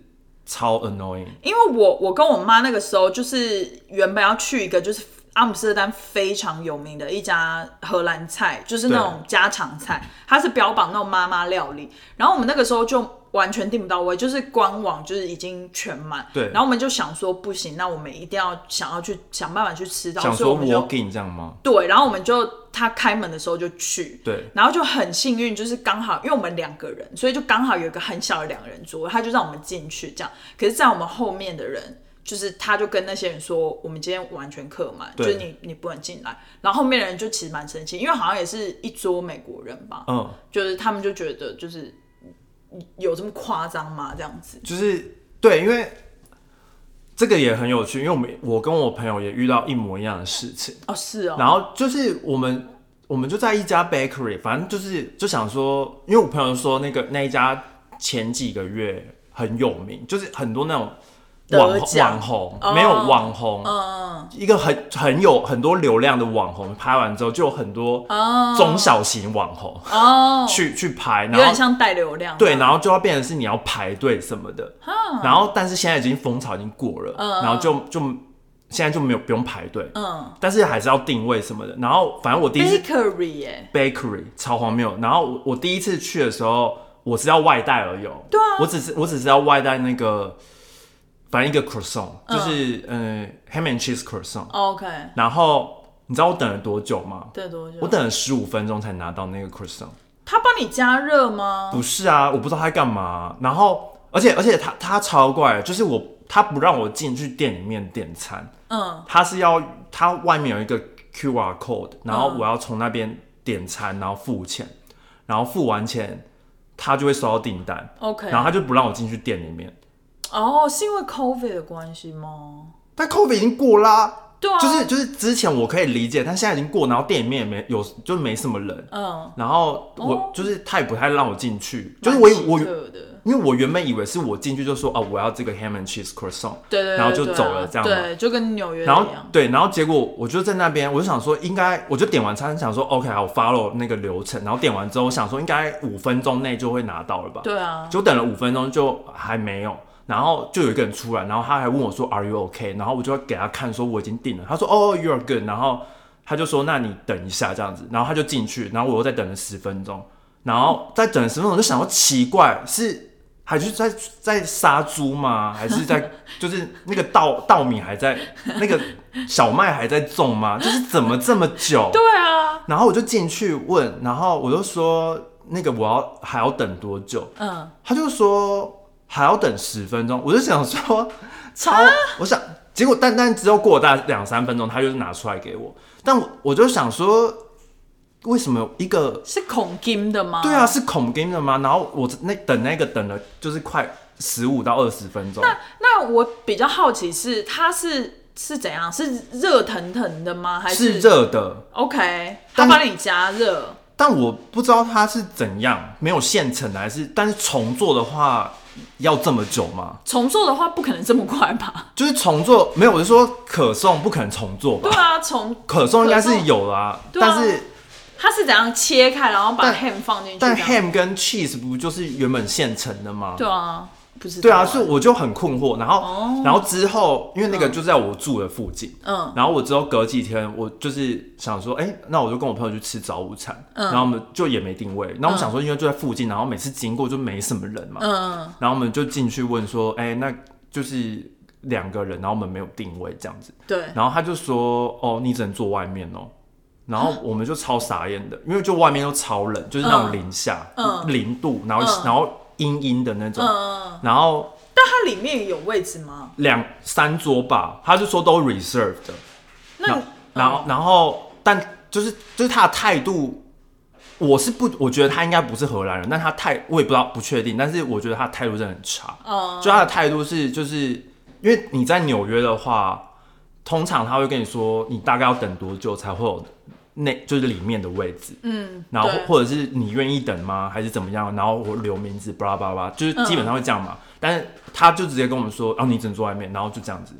Speaker 1: 超 annoying。
Speaker 2: 因为我我跟我妈那个时候就是原本要去一个就是阿姆斯特丹非常有名的一家荷兰菜，就是那种家常菜，它是标榜那种妈妈料理。然后我们那个时候就完全订不到位，就是官网就是已经全满。
Speaker 1: 对
Speaker 2: 然后我们就想说不行，那我们一定要想要去想办法去吃到，
Speaker 1: 想
Speaker 2: 所以我
Speaker 1: 说
Speaker 2: 们就
Speaker 1: walking 这样吗？
Speaker 2: 对，然后我们就他开门的时候就去，
Speaker 1: 对
Speaker 2: 然后就很幸运，就是刚好因为我们两个人，所以就刚好有一个很小的两人桌，他就让我们进去这样。可是，在我们后面的人，就是他就跟那些人说，我们今天完全客满，就
Speaker 1: 对
Speaker 2: 是你你不能进来。然后后面的人就其实蛮生气，因为好像也是一桌美国人吧，
Speaker 1: 嗯，
Speaker 2: 就是他们就觉得就是有这么夸张吗？这样子，
Speaker 1: 就是对，因为这个也很有趣，因为我们我跟我朋友也遇到一模一样的事情，
Speaker 2: 哦，是哦，
Speaker 1: 然后就是我们我们就在一家 bakery，反正就是就想说，因为我朋友说那个那一家前几个月很有名，就是很多那种网
Speaker 2: 得
Speaker 1: 红
Speaker 2: 奖哦嗯
Speaker 1: 网红、没有网红，一个很很有很多流量的网红，拍完之后就有很多中小型网红、
Speaker 2: 哦，
Speaker 1: 去去拍，然
Speaker 2: 有点
Speaker 1: 后。
Speaker 2: 像带流量，啊
Speaker 1: 对，然后就要变成是你要排队什么的，然后但是现在已经风潮已经过了，然后就就现在就没有不用排队，
Speaker 2: 嗯
Speaker 1: 但是还是要定位什么的。然后反正我第一次
Speaker 2: ，bakery 耶、
Speaker 1: bakery 超荒谬。然后我我第一次去的时候，我是要外带而已哦。对啊，我只是我只是要外带那个，反正一个 croissant，、就是嗯、呃 ham and cheese croissant。
Speaker 2: OK，
Speaker 1: 然后你知道我等了多久吗？
Speaker 2: 对多久？
Speaker 1: 我等了十五分钟才拿到那个 croissant。
Speaker 2: 他帮你加热吗？
Speaker 1: 不是啊，我不知道他在干嘛。然后而且而且他他超怪，就是我他不让我进去店里面点餐，
Speaker 2: 嗯，
Speaker 1: 他是要他外面有一个 QR code，然
Speaker 2: 嗯
Speaker 1: 后我要从那边点餐，然后付钱，然后付完钱，他就会收到订单
Speaker 2: OK
Speaker 1: 然后他就不让我进去店里面。
Speaker 2: 哦，是因为 COVID 的关系吗？
Speaker 1: 但 COVID 已经过啦、
Speaker 2: 对啊，
Speaker 1: 就是就是之前我可以理解，但现在已经过，然后店里面也没有，就没什么人。
Speaker 2: 嗯，
Speaker 1: 然后我、
Speaker 2: 哦
Speaker 1: 就是他也不太让我进去，就是我以我
Speaker 2: 蛮奇特的
Speaker 1: 因为我原本以为是我进去就说哦，我要这个 ham and cheese croissant，
Speaker 2: 对对对，
Speaker 1: 然后就
Speaker 2: 对啊
Speaker 1: 走了这样嘛。
Speaker 2: 对，就跟纽约一
Speaker 1: 然后
Speaker 2: 样，
Speaker 1: 对，然后结果我就在那边，我就想说应该，我就点完餐想说 OK，好，我 follow 那个流程，然后点完之后我想说应该五分钟内就会拿到了吧？
Speaker 2: 对啊，
Speaker 1: 就等了五分钟就还没有，然后就有一个人出来，然后他还问我说 Are you OK？然后我就给他看说我已经定了，他说哦、You're good，然后他就说那你等一下这样子，然后他就进去，然后我又再等了十分钟，然后再等了十分钟我就想说奇怪是。还是在在杀猪吗？还是在就是那个稻稻米还在那个小麦还在种吗？就是怎么这么久？
Speaker 2: 对啊，
Speaker 1: 然后我就进去问，然后我就说那个我要还要等多久？
Speaker 2: 嗯，
Speaker 1: 他就说还要等十分钟，我就想说 超，
Speaker 2: 啊
Speaker 1: 我想结果但但只有过了大概两三分钟，他就是拿出来给我，但我我就想说，为什么一个
Speaker 2: 是恐金的吗？
Speaker 1: 对啊，是恐惊的吗？然后我那等那个等了就是快十五到二十分钟，
Speaker 2: 那那我比较好奇是它是是怎样？是热腾腾的吗？还
Speaker 1: 是热的，
Speaker 2: ？OK，他
Speaker 1: 但
Speaker 2: 帮你加热，
Speaker 1: 但我不知道它是怎样，没有现成的还是，但是重做的话要这么久吗？
Speaker 2: 重做的话不可能这么快 吧？
Speaker 1: 就是重做没有，我是说可颂不可能重做吧
Speaker 2: 对？啊，重
Speaker 1: 可颂应该是有啦、
Speaker 2: 对啊
Speaker 1: 但是
Speaker 2: 它是怎样切开，然后把
Speaker 1: 但
Speaker 2: ham 放进去这样？
Speaker 1: 但 ham 跟 cheese 不就是原本现成的吗？
Speaker 2: 对啊，不知道。
Speaker 1: 对啊，所以我就很困惑。然后，然后之后，因为那个就在我住的附近，
Speaker 2: 嗯
Speaker 1: 然后我之后隔几天，我就是想说，哎、那我就跟我朋友去吃早午餐，
Speaker 2: 嗯
Speaker 1: 然后我们就也没定位。那我想说，因为就在附近，然后每次经过就没什么人嘛，
Speaker 2: 嗯，
Speaker 1: 然后我们就进去问说，哎、那就是两个人，然后我们没有定位这样子。
Speaker 2: 对，
Speaker 1: 然后他就说：“哦，你只能坐外面哦。”然后我们就超傻眼的，因为就外面都超冷，就是那种零下、零度，然后、然后阴阴的那种。
Speaker 2: 嗯，
Speaker 1: 然后
Speaker 2: 但它里面有位置吗？
Speaker 1: 两三桌吧，他就说都 reserve 的。
Speaker 2: 那嗯
Speaker 1: 然然后然后，但就是就是他的态度，我是不，我觉得他应该不是荷兰人，但他态我也不知道不确定，但是我觉得他的态度真的很差。
Speaker 2: 哦
Speaker 1: 就他的态度是，就是因为你在纽约的话，通常他会跟你说你大概要等多久才会有那就是里面的位置，
Speaker 2: 嗯，
Speaker 1: 然后
Speaker 2: 对
Speaker 1: 或者是你愿意等吗，还是怎么样？然后我留名字，巴拉
Speaker 2: 嗯
Speaker 1: 巴拉巴拉，就是基本上会这样嘛。但是他就直接跟我们说，哦，你只能坐外面，然后就这样子。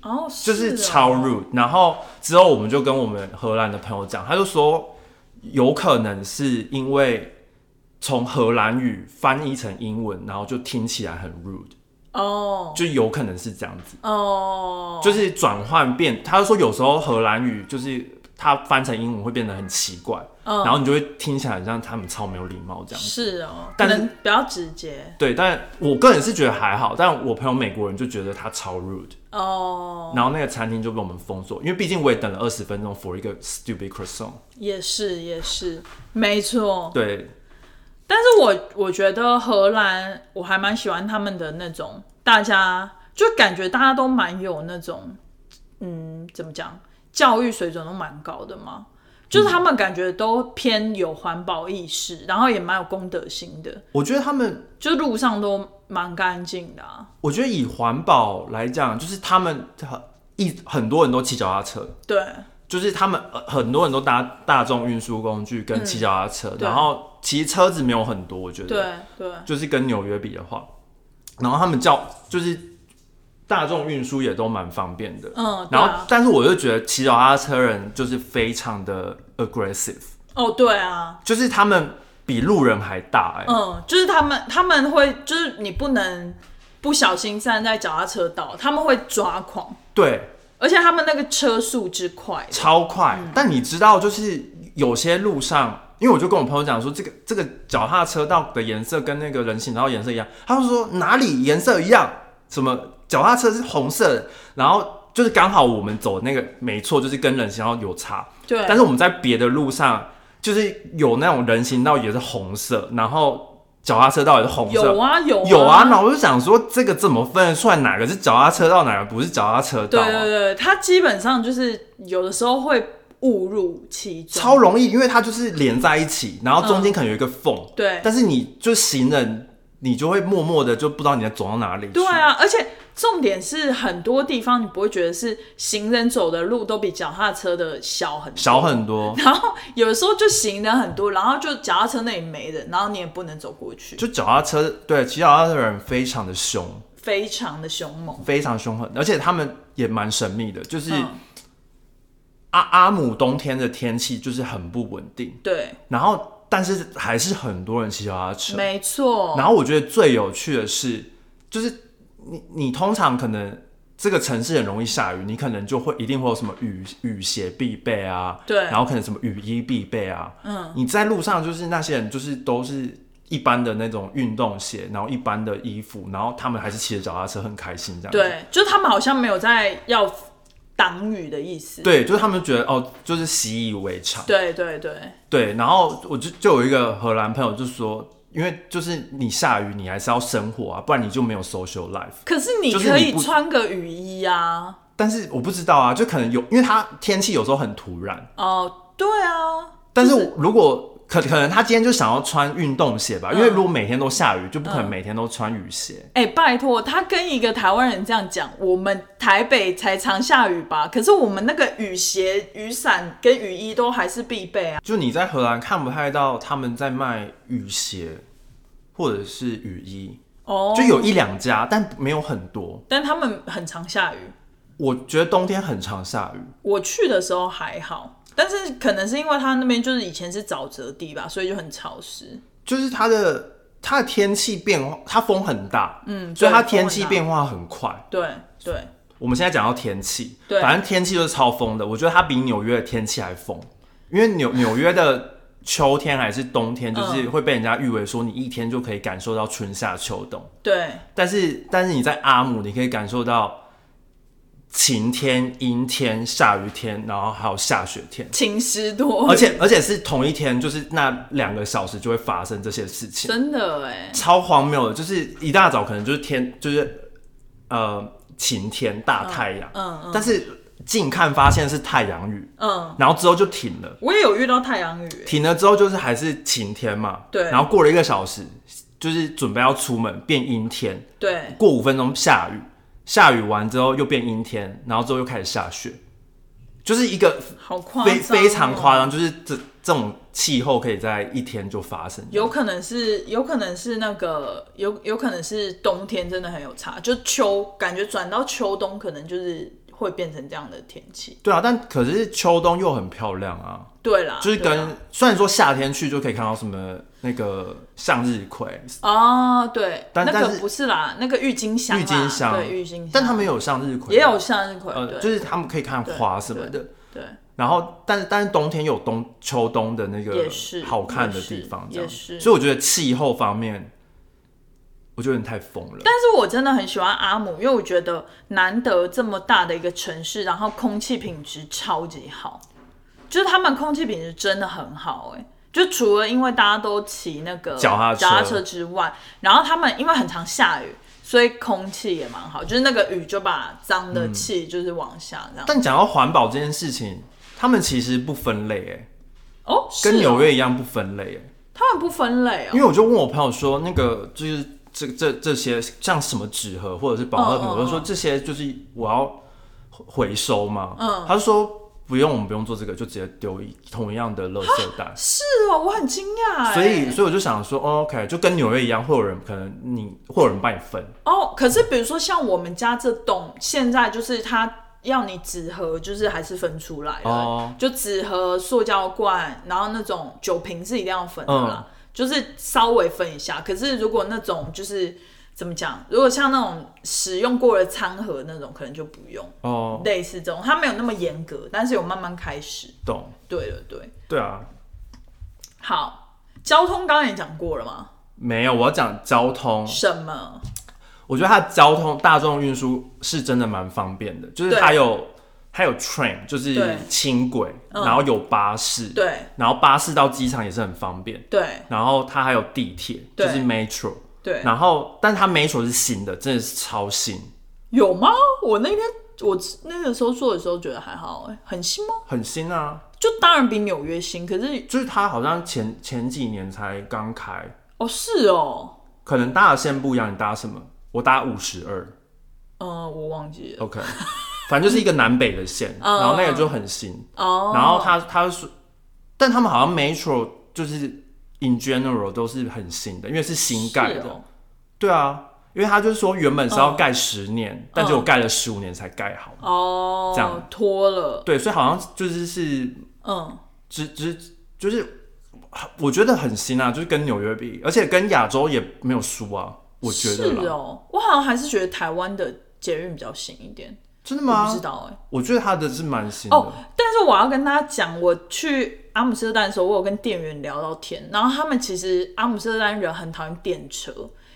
Speaker 2: 哦，
Speaker 1: 就是
Speaker 2: 哦
Speaker 1: 超 rude。然后之后我们就跟我们荷兰的朋友讲，他就说有可能是因为从荷兰语翻译成英文，然后就听起来很 rude，
Speaker 2: 哦
Speaker 1: 就有可能是这样子，
Speaker 2: 哦，
Speaker 1: 就是转换变。他就说有时候荷兰语就是它翻成英文会变得很奇怪，
Speaker 2: 嗯
Speaker 1: 然后你就会听起来很像他们超没有礼貌这样子。
Speaker 2: 是哦，可
Speaker 1: 但是
Speaker 2: 能比较直接
Speaker 1: 对，但我个人是觉得还好，但我朋友美国人就觉得他超 rude，
Speaker 2: 哦，
Speaker 1: 然后那个餐厅就被我们封锁，因为毕竟我也等了二十分钟 for 一个 stupid croissant。
Speaker 2: 也是也是，没错。
Speaker 1: 对，
Speaker 2: 但是我我觉得荷兰我还蛮喜欢他们的那种，大家就感觉大家都蛮有那种，嗯，怎么讲，教育水准都蛮高的嘛。就
Speaker 1: 嗯
Speaker 2: 是他们感觉都偏有环保意识，然后也蛮有公德心的，
Speaker 1: 我觉得他们，
Speaker 2: 就路上都蛮干净的、啊。
Speaker 1: 我觉得以环保来讲，就是他们很一很多人都骑脚踏车，
Speaker 2: 对，
Speaker 1: 就是他们呃很多人都搭大众运输工具跟骑脚踏车，
Speaker 2: 嗯对
Speaker 1: 然后其实车子没有很多，我觉得，
Speaker 2: 对，对，
Speaker 1: 就是跟纽约比的话，然后他们叫就是大众运输也都蛮方便的，
Speaker 2: 嗯对
Speaker 1: 然
Speaker 2: 啊
Speaker 1: 后、但是我就觉得骑脚踏车人就是非常的 aggressive，
Speaker 2: 哦，对啊，
Speaker 1: 就是他们比路人还大哎、
Speaker 2: 嗯，就是他们他们会就是你不能不小心站在脚踏车道，他们会抓狂，
Speaker 1: 对，
Speaker 2: 而且他们那个车速之快，
Speaker 1: 超快。
Speaker 2: 嗯
Speaker 1: 但你知道，就是有些路上，因为我就跟我朋友讲说，这个这个脚踏车道的颜色跟那个人行道颜色一样，他就说哪里颜色一样，什么脚踏车是红色的，然后。就是刚好我们走那个没错，就是跟人行道有差，
Speaker 2: 对，
Speaker 1: 但是我们在别的路上，就是有那种人行道也是红色，然后脚踏车道也是红色，
Speaker 2: 有啊有
Speaker 1: 有啊，
Speaker 2: 啊
Speaker 1: 那我就想说，这个怎么分得出来哪个是脚踏车道，哪个不是脚踏车道、
Speaker 2: 对
Speaker 1: 啊？
Speaker 2: 对对，他基本上就是有的时候会误入其中，
Speaker 1: 超容易，因为它就是连在一起，然后中间可能有一个缝、
Speaker 2: 嗯对
Speaker 1: 但是你就行人，你就会默默的就不知道你要走到哪里去。
Speaker 2: 对啊，而且重点是很多地方你不会觉得是行人走的路都比脚踏车的小很多
Speaker 1: 小很多，
Speaker 2: 然后有的时候就行人很多，然后就脚踏车那里没人，然后你也不能走过去，
Speaker 1: 就脚踏车，对，骑脚踏车的人非常的凶，
Speaker 2: 非常的凶猛。
Speaker 1: 非常凶狠，而且他们也蛮神秘的，就是
Speaker 2: 嗯
Speaker 1: 阿、阿姆冬天的天气就是很不稳定，
Speaker 2: 对，
Speaker 1: 然后但是还是很多人骑脚踏车，
Speaker 2: 没错。
Speaker 1: 然后我觉得最有趣的是，就是你你通常可能这个城市很容易下雨，你可能就会一定会有什么雨雨鞋必备啊，
Speaker 2: 对
Speaker 1: 然后可能什么雨衣必备啊，嗯，你在路上就是那些人就是都是一般的那种运动鞋，然后一般的衣服，然后他们还是骑着脚踏车很开心这样子，
Speaker 2: 对，就他们好像没有在要挡雨的意思。
Speaker 1: 对，就是他们觉得哦，就是习以为常，
Speaker 2: 对对对
Speaker 1: 对，然后我就就有一个荷兰朋友就说，因为就是你下雨你还是要生活啊，不然你就没有 social life。
Speaker 2: 可是你
Speaker 1: 就是
Speaker 2: 可
Speaker 1: 你
Speaker 2: 以
Speaker 1: 不
Speaker 2: 穿个雨衣啊。
Speaker 1: 但是我不知道啊，就可能有，因为它天气有时候很突然。
Speaker 2: 哦，对啊，
Speaker 1: 但是我如果可可能他今天就想要穿运动鞋吧，
Speaker 2: 嗯
Speaker 1: 因为如果每天都下雨，就不可能每天都穿雨鞋。
Speaker 2: 哎、拜托，他跟一个台湾人这样讲，我们台北才常下雨吧？可是我们那个雨鞋、雨伞跟雨衣都还是必备啊。
Speaker 1: 就你在荷兰看不太到他们在卖雨鞋或者是雨衣，
Speaker 2: 哦，
Speaker 1: 就有一两家，但没有很多。
Speaker 2: 但他们很常下雨。
Speaker 1: 我觉得冬天很常下雨，
Speaker 2: 我去的时候还好，但是可能是因为他那边就是以前是沼泽地吧，所以就很潮湿。
Speaker 1: 就是它的它的天气变化，它风很大，
Speaker 2: 嗯
Speaker 1: 所以它
Speaker 2: 对
Speaker 1: 天气
Speaker 2: 风很大
Speaker 1: 变化很快。
Speaker 2: 对对，
Speaker 1: 我们现在讲到天气，
Speaker 2: 对
Speaker 1: 反正天气就是超疯的。我觉得它比纽约的天气还疯，因为纽纽约的秋天还是冬天，就是
Speaker 2: 嗯
Speaker 1: 会被人家誉为说你一天就可以感受到春夏秋冬。
Speaker 2: 对，
Speaker 1: 但是但是你在阿姆，你可以感受到晴天、阴天、下雨天，然后还有下雪天，
Speaker 2: 情诗多，
Speaker 1: 而且而且是同一天，就是那两个小时就会发生这些事情，
Speaker 2: 真的哎，
Speaker 1: 超荒谬的。就是一大早可能就是天就是呃晴天大太阳。
Speaker 2: 嗯嗯
Speaker 1: 但是近看发现是太阳雨，
Speaker 2: 嗯，
Speaker 1: 然后之后就停了，
Speaker 2: 我也有遇到太阳雨欸，
Speaker 1: 停了之后就是还是晴天嘛，
Speaker 2: 对
Speaker 1: 然后过了一个小时，就是准备要出门变阴天，
Speaker 2: 对，
Speaker 1: 过五分钟下雨，下雨完之后又变阴天，然后之后又开始下雪，就是一个
Speaker 2: 好夸张
Speaker 1: 非
Speaker 2: 哦，
Speaker 1: 非常夸张，就是这这种气候可以在一天就发生，
Speaker 2: 有可能是，有可能是那个，有有可能是冬天真的很有差，就秋感觉转到秋冬可能就是会变成这样的天气。
Speaker 1: 对啊，但可是秋冬又很漂亮啊，
Speaker 2: 对啦，
Speaker 1: 就是
Speaker 2: 对啊
Speaker 1: 跟、
Speaker 2: 啦
Speaker 1: 虽然说夏天去就可以看到什么那个向日葵、
Speaker 2: 哦，对，
Speaker 1: 但
Speaker 2: 那
Speaker 1: 但
Speaker 2: 个
Speaker 1: 是
Speaker 2: 不是啦，那个郁金香啦，
Speaker 1: 郁金香，
Speaker 2: 对郁金香，
Speaker 1: 但他们有向日葵，
Speaker 2: 也有向日葵，
Speaker 1: 呃，
Speaker 2: 对
Speaker 1: 就是他们可以看花什么的。
Speaker 2: 对，
Speaker 1: 然后，但是但是冬天有冬秋冬的那个
Speaker 2: 也是
Speaker 1: 好看的地方，
Speaker 2: 也是
Speaker 1: 这样
Speaker 2: 也是
Speaker 1: 所以我觉得气候方面，我觉得有点太疯了。
Speaker 2: 但是我真的很喜欢阿姆，因为我觉得难得这么大的一个城市，然后空气品质超级好，就是他们空气品质真的很好、欸，就除了因为大家都骑那个
Speaker 1: 脚踏车
Speaker 2: 车之外，然后他们因为很常下雨，所以空气也蛮好，就是那个雨就把脏的气就是往下这样。
Speaker 1: 但讲到环保这件事情，他们其实不分类、欸，
Speaker 2: 哦，
Speaker 1: 跟
Speaker 2: 是哦
Speaker 1: 纽约一样不分类、欸，
Speaker 2: 他们不分类哦
Speaker 1: 因，为我就问我朋友说，那个就是这这这些像什么纸盒或者是保乐瓶，
Speaker 2: 嗯嗯嗯
Speaker 1: 我就说这些就是我要回收嘛，
Speaker 2: 嗯
Speaker 1: 他就说不用，我们不用做这个，就直接丢一同样的垃圾 袋。
Speaker 2: 是哦，我很惊讶、欸。
Speaker 1: 所以，所以我就想说、哦、，OK，就跟纽约一样，会有人可能你会有人帮你分，
Speaker 2: 哦，可是比如说像我们家这栋，现在就是它要你纸盒，就是还是分出来的，
Speaker 1: 哦
Speaker 2: 就纸盒、塑胶罐，然后那种酒瓶是一定要分的啦，
Speaker 1: 嗯
Speaker 2: 就是稍微分一下。可是如果那种就是怎么讲，如果像那种使用过的餐盒那种，可能就不用。
Speaker 1: 哦，
Speaker 2: 类似这种，它没有那么严格，但是有慢慢开始。
Speaker 1: 懂，
Speaker 2: 对对对，
Speaker 1: 对啊，
Speaker 2: 好，交通刚刚也讲过了嘛，
Speaker 1: 没有，我要讲交通，
Speaker 2: 什么？
Speaker 1: 我觉得它的交通大众运输是真的蛮方便的，就是
Speaker 2: 对
Speaker 1: 它有它有 train，就是
Speaker 2: 对
Speaker 1: 轻轨，
Speaker 2: 嗯
Speaker 1: 然后有巴士，，
Speaker 2: 对
Speaker 1: 然后巴士到机场也是很方便，
Speaker 2: 对
Speaker 1: 然后它还有地铁，就
Speaker 2: 对
Speaker 1: 是 metro，
Speaker 2: 对，
Speaker 1: 然后但它 metro 是新的，真的是超新，
Speaker 2: 有吗？我那天我那个时候做的时候觉得还好、欸，很新吗？
Speaker 1: 很新啊，
Speaker 2: 就当然比纽约新，可是
Speaker 1: 就是它好像前前几年才刚开，
Speaker 2: 哦是哦，
Speaker 1: 可能搭的线不一样，你搭什么？我搭五十二
Speaker 2: 嗯、我忘记了
Speaker 1: ，OK，反正就是一个南北的线，
Speaker 2: 嗯
Speaker 1: 然后那个就很新。
Speaker 2: 哦，
Speaker 1: 然后他他说，但他们好像 metro 就是 in general 都是很新的，因为是新盖的。
Speaker 2: 是哦
Speaker 1: 对啊，因为他就是说原本是
Speaker 2: 嗯
Speaker 1: 要盖十年，但结果盖了十五年才盖好。
Speaker 2: 哦，
Speaker 1: 这样
Speaker 2: 拖了，
Speaker 1: 对，所以好像就是是
Speaker 2: 嗯，
Speaker 1: 只只就是我觉得很新啊，就是跟纽约比，而且跟亚洲也没有输啊，我觉得啦。
Speaker 2: 是哦，我好像还是觉得台湾的捷运比较新一点，
Speaker 1: 真的
Speaker 2: 我
Speaker 1: 吗？
Speaker 2: 不知道哎、
Speaker 1: 我觉得他的是蛮新的。
Speaker 2: 哦，但是我要跟大家讲，我去阿姆斯特丹的时候，我有跟店员聊到天，然后他们其实阿姆斯特丹人很讨厌电车，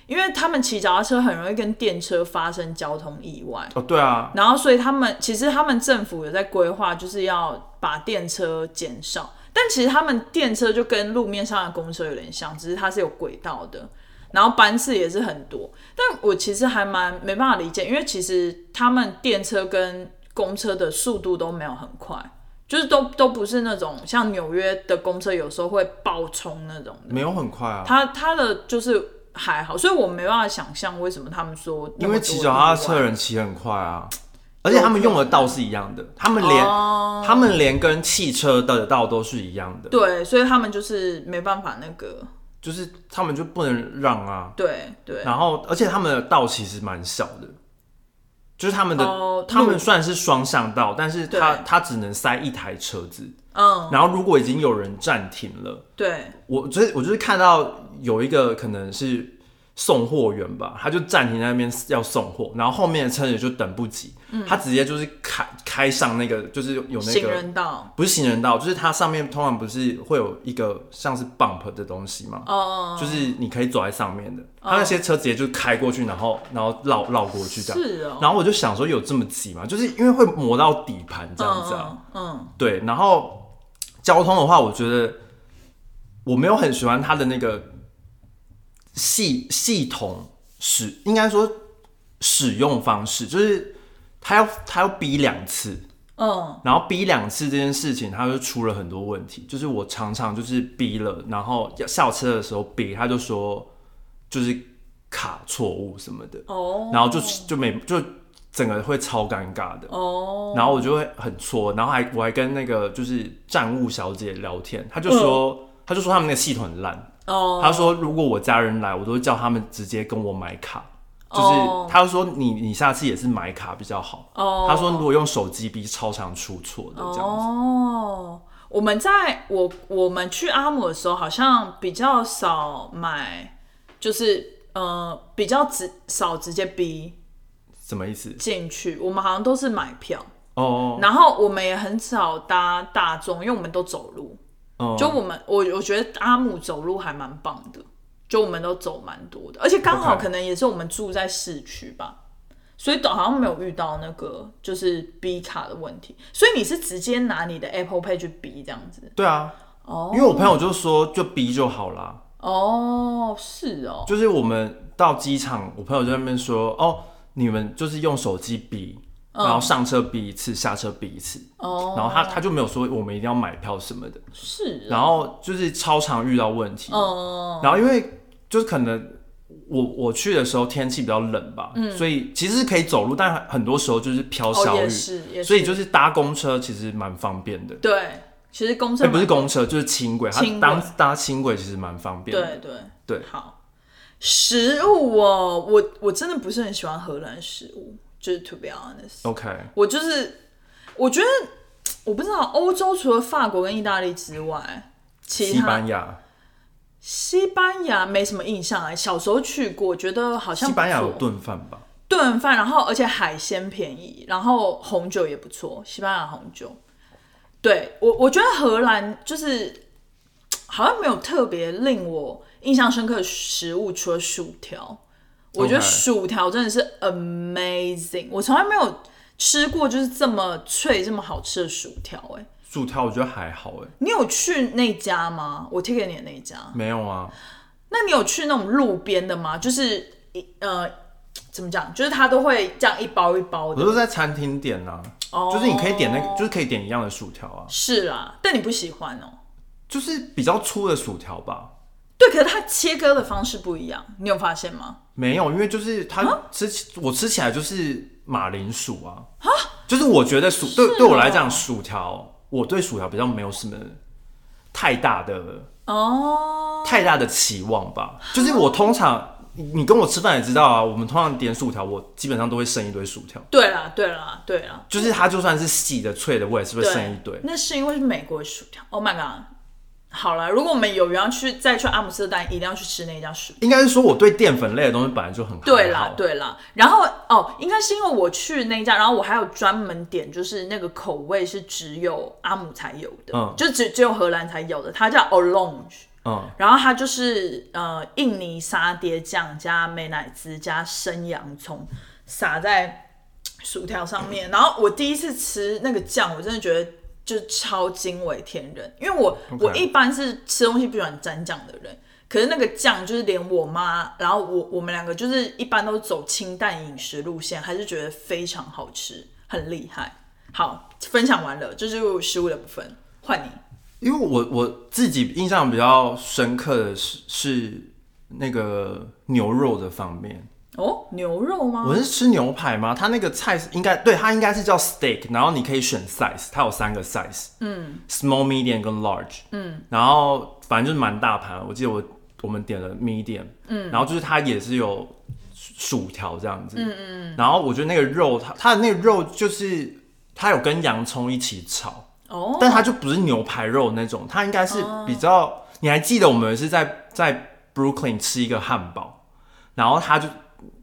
Speaker 2: 因为他们骑脚踏车很容易跟电车发生交通意外。
Speaker 1: 哦对啊，
Speaker 2: 然后，所以他们其实他们政府有在规划，就是要把电车减少。但其实他们电车就跟路面上的公车有点像，只是它是有轨道的，然后班次也是很多。但我其实还蛮没办法理解，因为其实他们电车跟公车的速度都没有很快，就是都都不是那种像纽约的公车有时候会爆冲那种的。
Speaker 1: 没有很快啊。
Speaker 2: 它它的就是还好，所以我没办法想象为什么他们说那
Speaker 1: 因
Speaker 2: 么
Speaker 1: 为
Speaker 2: 多啊
Speaker 1: 骑脚踏
Speaker 2: 意
Speaker 1: 车
Speaker 2: 外
Speaker 1: 的人骑很快啊，而且他们用的道是一样的，他们连、
Speaker 2: 哦
Speaker 1: 他们连跟汽车的道都是一样的，
Speaker 2: 对，所以他们就是没办法那个，
Speaker 1: 就是他们就不能让啊。
Speaker 2: 对对，
Speaker 1: 然后，而且他们的道其实蛮小的，就是他们的、
Speaker 2: 哦
Speaker 1: 他们
Speaker 2: 路
Speaker 1: 算是双向道，但是
Speaker 2: 对
Speaker 1: 他他只能塞一台车子。
Speaker 2: 嗯，
Speaker 1: 然后，如果已经有人暂停了，
Speaker 2: 对，
Speaker 1: 我就是我就是看到有一个可能是送货员吧，他就暂停在那边要送货，然后后面的车也就等不及，他直接就是开开上那个就是有那
Speaker 2: 嗯行
Speaker 1: 个
Speaker 2: 人道，
Speaker 1: 不是行人道，就是它上面通常不是会有一个像是 bump 的东西嘛，
Speaker 2: 哦，
Speaker 1: 就是你可以走在上面的，他那些车直接就开过去，然后然后绕绕过去这样。
Speaker 2: 是哦，
Speaker 1: 然后我就想说有这么急吗？就是因为会磨到底盘这样子啊。
Speaker 2: 嗯嗯，
Speaker 1: 对，然后交通的话，我觉得我没有很喜欢它的那个系系统使，应该说使用方式，就是它要它要逼两次，
Speaker 2: 嗯嗯，
Speaker 1: 然后逼两次这件事情，它就出了很多问题。就是我常常就是逼了，然后要下车的时候逼，他就说就是卡错误什么的，
Speaker 2: 哦，
Speaker 1: 然后就就没就整个会超尴尬的。
Speaker 2: 哦，
Speaker 1: 然后我就会很挫，然后还我还跟那个就是站务小姐聊天，她就说，她就说他们那个系统很烂，
Speaker 2: 嗯哦，
Speaker 1: 她说如果我家人来，我都会叫他们直接跟我买卡，就是
Speaker 2: 哦
Speaker 1: 他说你你下次也是买卡比较好。
Speaker 2: 哦
Speaker 1: 他说如果用手机币超常出错的这样子。
Speaker 2: 哦，我们在我我们去阿姆的时候，好像比较少买，就是呃比较直少直接逼
Speaker 1: 什么意思？
Speaker 2: 进去，我们好像都是买票，
Speaker 1: 哦
Speaker 2: 然后我们也很少搭大众，因为我们都走路。
Speaker 1: 哦，
Speaker 2: 就我们我我觉得阿姆走路还蛮棒的，就我们都走蛮多的，而且刚好
Speaker 1: OK
Speaker 2: 可能也是我们住在市区吧。所以好像没有遇到那个就是 B 卡的问题，所以你是直接拿你的 Apple Pay 去 B 这样子，
Speaker 1: 对啊，
Speaker 2: 哦
Speaker 1: 因为我朋友就说就逼就好啦。
Speaker 2: 哦，是哦，
Speaker 1: 就是我们到机场，我朋友就在那边说，哦，你们就是用手机比，然后上车比一次，下车比一次，
Speaker 2: 嗯哦，
Speaker 1: 然后他他就没有说我们一定要买票什么的，
Speaker 2: 是哦，
Speaker 1: 然后就是超常遇到问题，
Speaker 2: 哦，
Speaker 1: 然后因为就是可能我我去的时候天气比较冷吧，所以其实是可以走路，但很多时候就是飘
Speaker 2: 嗯哦
Speaker 1: 小
Speaker 2: 也
Speaker 1: 雨，
Speaker 2: 是也是，
Speaker 1: 所以就是搭公车其实蛮方便的，
Speaker 2: 对，其实公车
Speaker 1: 哎、不是
Speaker 2: 蛮
Speaker 1: 公车就是轻轨，它
Speaker 2: 轻轨
Speaker 1: 当搭轻轨其实蛮方便的，
Speaker 2: 对对
Speaker 1: 对
Speaker 2: 好，食物哦，我我真的不是很喜欢荷兰食物，就是 to be honest，
Speaker 1: ，OK，
Speaker 2: 我就是我觉得我不知道欧洲除了法国跟意大利之外，其他
Speaker 1: 西班牙。
Speaker 2: 西班牙没什么印象哎、小时候去过，觉得好像
Speaker 1: 西班牙
Speaker 2: 不
Speaker 1: 有
Speaker 2: 错
Speaker 1: 炖饭吧？
Speaker 2: 炖饭，然后而且海鲜便宜，然后红酒也不错，西班牙红酒。对我，我觉得荷兰就是好像没有特别令我印象深刻的食物，除了薯条。我觉得
Speaker 1: OK
Speaker 2: 薯条真的是 amazing，我从来没有吃过就是这么脆、这么好吃的薯条、哎，
Speaker 1: 薯条我觉得还好哎，
Speaker 2: 你有去那家吗？我贴给你的那家。
Speaker 1: 没有啊，
Speaker 2: 那你有去那种路边的吗？就是一呃，怎么讲？就是它都会这样一包一包
Speaker 1: 我
Speaker 2: 的。
Speaker 1: 都是在餐厅点啊，
Speaker 2: 哦
Speaker 1: 就是你可以点那个，就是可以点一样的薯条啊，
Speaker 2: 是啦，但你不喜欢哦。
Speaker 1: 就是比较粗的薯条吧。
Speaker 2: 对，可是它切割的方式不一样，你有发现吗？
Speaker 1: 没有，因为就是
Speaker 2: 啊
Speaker 1: 它吃起我吃起来就是马铃薯啊，就是我觉得薯对、
Speaker 2: 是哦
Speaker 1: 对我来讲薯条，我对薯条比较没有什么太大的
Speaker 2: 哦，
Speaker 1: 太大的期望吧。就是我通常你你跟我吃饭也知道啊，我们通常点薯条，我基本上都会剩一堆薯条，
Speaker 2: 对啦，对啦，对啦，
Speaker 1: 就是它就算是细的脆的，我也是会
Speaker 2: 对，
Speaker 1: 剩一堆。
Speaker 2: 那是因为是美国的薯条。Oh my god！好了，如果我们有缘要去再去阿姆斯特丹，一定要去吃那家薯条。
Speaker 1: 应该是说我对淀粉类的东西本来就很还
Speaker 2: 对
Speaker 1: 好
Speaker 2: 啦，，对啦，然后哦，应该是因为我去那一家，然后我还有专门点，就是那个口味是只有阿姆才有的，
Speaker 1: 嗯
Speaker 2: 就只只有荷兰才有的，它叫 Orange，
Speaker 1: 嗯，
Speaker 2: 然后它就是呃印尼沙爹酱加美乃滋加生洋葱撒在薯条上面，然后我第一次吃那个酱，我真的觉得就超惊为天人，因为我
Speaker 1: OK
Speaker 2: 我一般是吃东西不喜欢沾酱的人。可是那个酱就是连我妈，然后我我们两个就是一般都走清淡饮食路线，还是觉得非常好吃，很厉害。好，分享完了，这就是食物的部分，换你。
Speaker 1: 因为我我自己印象比较深刻的是是那个牛肉的方面，
Speaker 2: 哦，牛肉吗？
Speaker 1: 我是吃牛排吗？它那个菜是应该对它应该是叫 steak，然后你可以选 size，它有三个 size，嗯，small、medium 跟 large，嗯，然后反正就是蛮大盘，我记得我我们点了 medium，嗯，然后就是它也是有薯条这样子，嗯嗯，然后我觉得那个肉它它的那个肉就是它有跟洋葱一起炒，
Speaker 2: 哦，
Speaker 1: 但它就不是牛排肉那种，它应该是比较。你还记得我们是在在 Brooklyn 吃一个汉堡，然后它就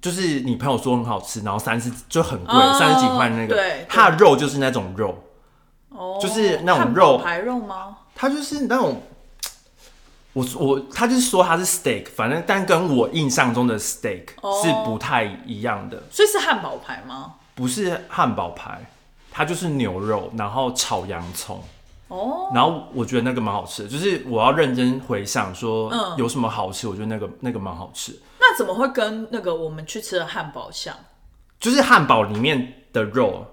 Speaker 1: 就是你朋友说很好吃，然后三十就很贵
Speaker 2: 哦，
Speaker 1: 三十、几块那个
Speaker 2: 对，
Speaker 1: 它的肉就是那种肉，
Speaker 2: 哦，
Speaker 1: 就是那种
Speaker 2: 汉堡
Speaker 1: 肉
Speaker 2: 排肉吗？
Speaker 1: 它就是那种。我我他就是说它是 steak，反正但跟我印象中的 steak
Speaker 2: 哦
Speaker 1: 是不太一样的，
Speaker 2: 所以是汉堡排吗？
Speaker 1: 不是汉堡排，它就是牛肉，然后炒洋葱，
Speaker 2: 哦，
Speaker 1: 然后我觉得那个蛮好吃的，就是我要认真回想说
Speaker 2: 嗯
Speaker 1: 有什么好吃，我觉得那个那个蛮好吃，
Speaker 2: 那怎么会跟那个我们去吃的汉堡像？
Speaker 1: 就是汉堡里面的肉，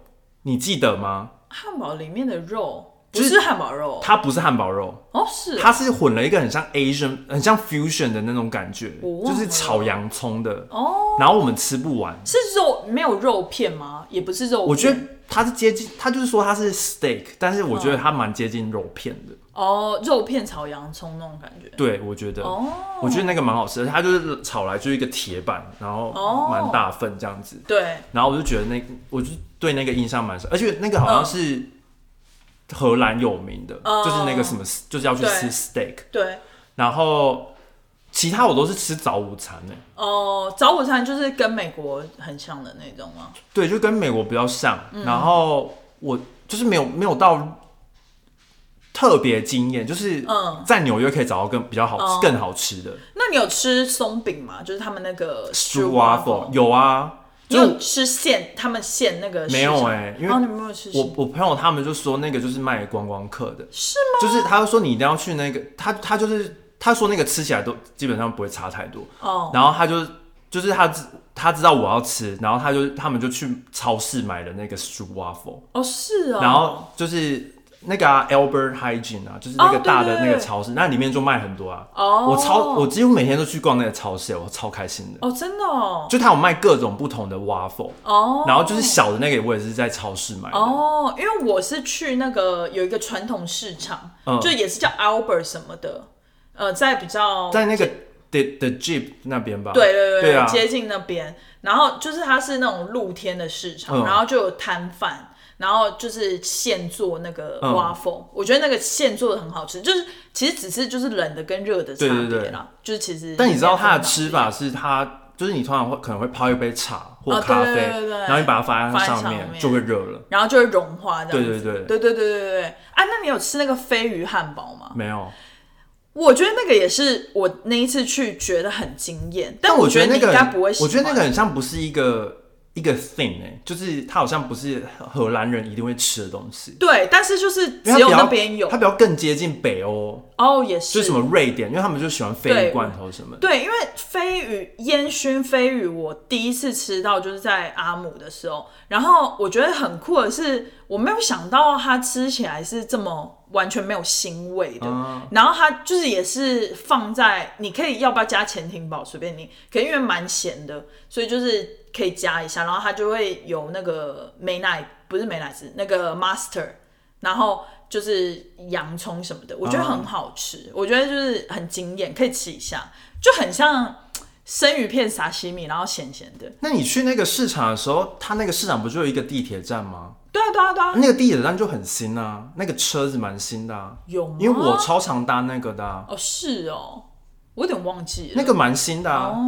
Speaker 1: 你记得吗？
Speaker 2: 汉堡里面的肉不
Speaker 1: 就是
Speaker 2: 是汉堡肉
Speaker 1: 它不是汉堡肉，
Speaker 2: 哦，是
Speaker 1: 它是混了一个很像 Asian、很像 fusion 的那种感觉，
Speaker 2: 我
Speaker 1: 就
Speaker 2: 忘了
Speaker 1: 是炒洋葱的，
Speaker 2: 哦，
Speaker 1: 然后我们吃不完。
Speaker 2: 是肉没有肉片吗？也不是肉片，
Speaker 1: 我觉得它是接近，它就是说它是 steak，但是我觉得它蛮接近肉片的。
Speaker 2: 哦，肉片炒洋葱那种感觉。
Speaker 1: 对，我觉得，
Speaker 2: 哦
Speaker 1: 我觉得那个蛮好吃的，它就是炒来就是一个铁板，然后
Speaker 2: 哦
Speaker 1: 蛮大份这样子。
Speaker 2: 对，
Speaker 1: 然后我就觉得那，我就对那个印象蛮深，而且那个好像是
Speaker 2: 嗯
Speaker 1: 荷兰有名的，
Speaker 2: 哦
Speaker 1: 就是那个什么，就是要去吃 steak，
Speaker 2: 对对，
Speaker 1: 然后其他我都是吃早午餐欸呢、
Speaker 2: 哦，早午餐就是跟美国很像的那种吗？
Speaker 1: 对，就跟美国比较像。
Speaker 2: 嗯
Speaker 1: 然后我就是没有没有到特别惊艳，就是
Speaker 2: 嗯
Speaker 1: 在纽约可以找到更比较好、
Speaker 2: 哦
Speaker 1: 更好吃的
Speaker 2: 那你有吃松饼吗？就是他们那个
Speaker 1: stew waffle，有啊，
Speaker 2: 你
Speaker 1: 就
Speaker 2: 有吃现他们现那个
Speaker 1: 没有哎、
Speaker 2: 哎、
Speaker 1: 因为
Speaker 2: 哦，你没有吃
Speaker 1: 我我朋友他们就说那个就是卖观光客的，
Speaker 2: 是吗？
Speaker 1: 就是他说你一定要去那个，他他就是他说那个吃起来都基本上不会差太多，
Speaker 2: 哦
Speaker 1: 然后他就就是他知他知道我要吃，然后他就他们就去超市买了那个 stew waffle。
Speaker 2: 哦是哦，
Speaker 1: 然后就是那个、啊、Albert Hygiene 啊，就是那个
Speaker 2: 哦对
Speaker 1: 大的那
Speaker 2: 对
Speaker 1: 个
Speaker 2: 对
Speaker 1: 超市，那里面就卖很多啊。
Speaker 2: 哦
Speaker 1: 我超我几乎每天都去逛那个超市，我超开心的。
Speaker 2: 哦真的哦
Speaker 1: 就它有卖各种不同的 waffle，、
Speaker 2: 哦，
Speaker 1: 然后就是小的那个我也是在超市买的。
Speaker 2: 哦，因为我是去那个有一个传统市场，
Speaker 1: 嗯
Speaker 2: 就也是叫 Albert 什么的，呃，在比较
Speaker 1: 在那个 The The Jeep 那边吧。
Speaker 2: 对对对
Speaker 1: 啊，
Speaker 2: 接近那边。然后就是它是那种露天的市场，
Speaker 1: 嗯
Speaker 2: 然后就有摊贩，然后就是现做那个
Speaker 1: 嗯
Speaker 2: waffle，、我觉得那个现做的很好吃，就是其实只是就是冷的跟热的差别啦，
Speaker 1: 对对对
Speaker 2: 就是其实。
Speaker 1: 但你知道它的吃法是它。就是你通常会可能会泡一杯茶或
Speaker 2: 哦
Speaker 1: 咖啡，
Speaker 2: 对对对对对
Speaker 1: 然后你把它放在
Speaker 2: 放在
Speaker 1: 上
Speaker 2: 上
Speaker 1: 面
Speaker 2: 面
Speaker 1: 就会热了。
Speaker 2: 然后就会融化这样
Speaker 1: 对对
Speaker 2: 子。
Speaker 1: 对
Speaker 2: 对对对对对对啊！那你有吃那个鲱鱼汉堡吗？
Speaker 1: 没有，
Speaker 2: 我觉得那个也是我那一次去觉得很惊艳，但
Speaker 1: 我觉
Speaker 2: 觉得
Speaker 1: 得
Speaker 2: 你
Speaker 1: 那个
Speaker 2: 应该
Speaker 1: 很，
Speaker 2: 不会喜
Speaker 1: 我
Speaker 2: 欢。
Speaker 1: 觉得那个很像不是一个一个 thing 哎、就是它好像不是荷兰人一定会吃的东西，
Speaker 2: 对，但是就是
Speaker 1: 因为它
Speaker 2: 只有
Speaker 1: 比较
Speaker 2: 那边有
Speaker 1: 它比较更接近北欧，
Speaker 2: 哦，也是
Speaker 1: 就是什么瑞典，因为他们就喜欢鲱鱼
Speaker 2: 对
Speaker 1: 罐头什么的。
Speaker 2: 对，因为飞鱼烟熏飞鱼，我第一次吃到就是在阿姆的时候，然后我觉得很酷的是，我没有想到它吃起来是这么完全没有腥味的，
Speaker 1: 嗯
Speaker 2: 然后它就是也是放在你可以要不要加潜艇堡随便你，可因为蛮咸的，所以就是可以加一下，然后它就会有那个美奶不是美奶汁，那个 master，然后。就是洋葱什么的，我觉得很好吃，我觉得就是很惊艳，可以吃一下。就很像生鱼片撒西米，然后咸咸的。
Speaker 1: 那你去那个市场的时候，它那个市场不就有一个地铁站吗？
Speaker 2: 对啊，对啊，对啊，
Speaker 1: 那个地铁站就很新啊，那个车子蛮新的啊，
Speaker 2: 有吗？
Speaker 1: 因为我超常搭那个的、啊，
Speaker 2: 哦是哦，我有点忘记了。
Speaker 1: 那个蛮新的啊，
Speaker 2: 哦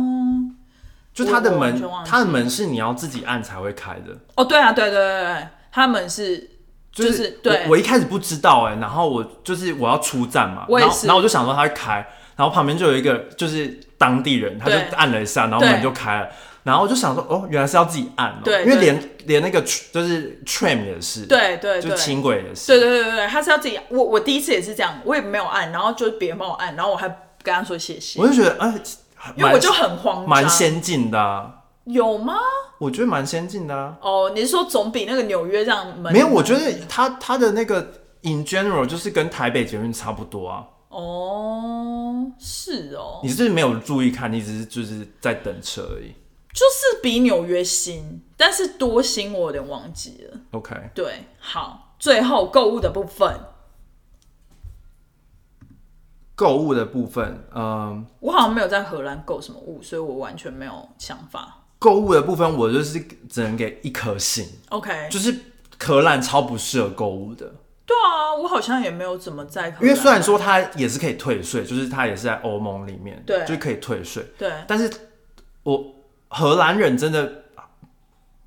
Speaker 1: 就它的
Speaker 2: 我完
Speaker 1: 门
Speaker 2: 全忘，记
Speaker 1: 它的门是你要自己按才会开的。
Speaker 2: 哦，对啊，对对对对，他们是
Speaker 1: 就是、
Speaker 2: 就是对
Speaker 1: 我，我一开始不知道哎、然后我就是我要出站嘛，
Speaker 2: 我也
Speaker 1: 然后
Speaker 2: 是
Speaker 1: 然后我就想说他会开，然后旁边就有一个就是当地人，他就
Speaker 2: 对
Speaker 1: 按了一下，然后
Speaker 2: 对
Speaker 1: 门就开了，然后我就想说哦，原来是要自己按、哦，
Speaker 2: 对
Speaker 1: 因为
Speaker 2: 对
Speaker 1: 连连那个 tr- 就是 tram 也是，，
Speaker 2: 对对
Speaker 1: 就
Speaker 2: 对。
Speaker 1: 轻轨也是，
Speaker 2: 对对对对对，他是要自己，我我第一次也是这样，我也没有按，然后就是别人帮我按，然后我还跟他说谢谢
Speaker 1: 我，就觉得哎，
Speaker 2: 因为我
Speaker 1: 蛮
Speaker 2: 就很慌张。
Speaker 1: 蛮先进的、啊，
Speaker 2: 有吗？
Speaker 1: 我觉得蛮先进的、啊，
Speaker 2: 哦，你是说总比那个纽约这样门
Speaker 1: 没有，我觉得他他的那个 in general 就是跟台北捷运差不多啊，
Speaker 2: 哦是哦
Speaker 1: 你，是不是没有注意看，你只是就是在等车而已
Speaker 2: 就是比纽约新，但是多新我有点忘记了。
Speaker 1: ，OK。
Speaker 2: 对，好，最后购物的部分，
Speaker 1: 购物的部分，嗯，
Speaker 2: 我好像没有在荷兰购什么物，所以我完全没有想法。
Speaker 1: 购物的部分我就是只能给一颗星，
Speaker 2: OK，
Speaker 1: 就是荷兰超不适合购物的，
Speaker 2: 对啊，我好像也没有怎么在荷兰，
Speaker 1: 因为虽然说它也是可以退税，就是它也是在欧盟里面，
Speaker 2: 对
Speaker 1: 就是可以退税，
Speaker 2: 对
Speaker 1: 但是我荷兰人真的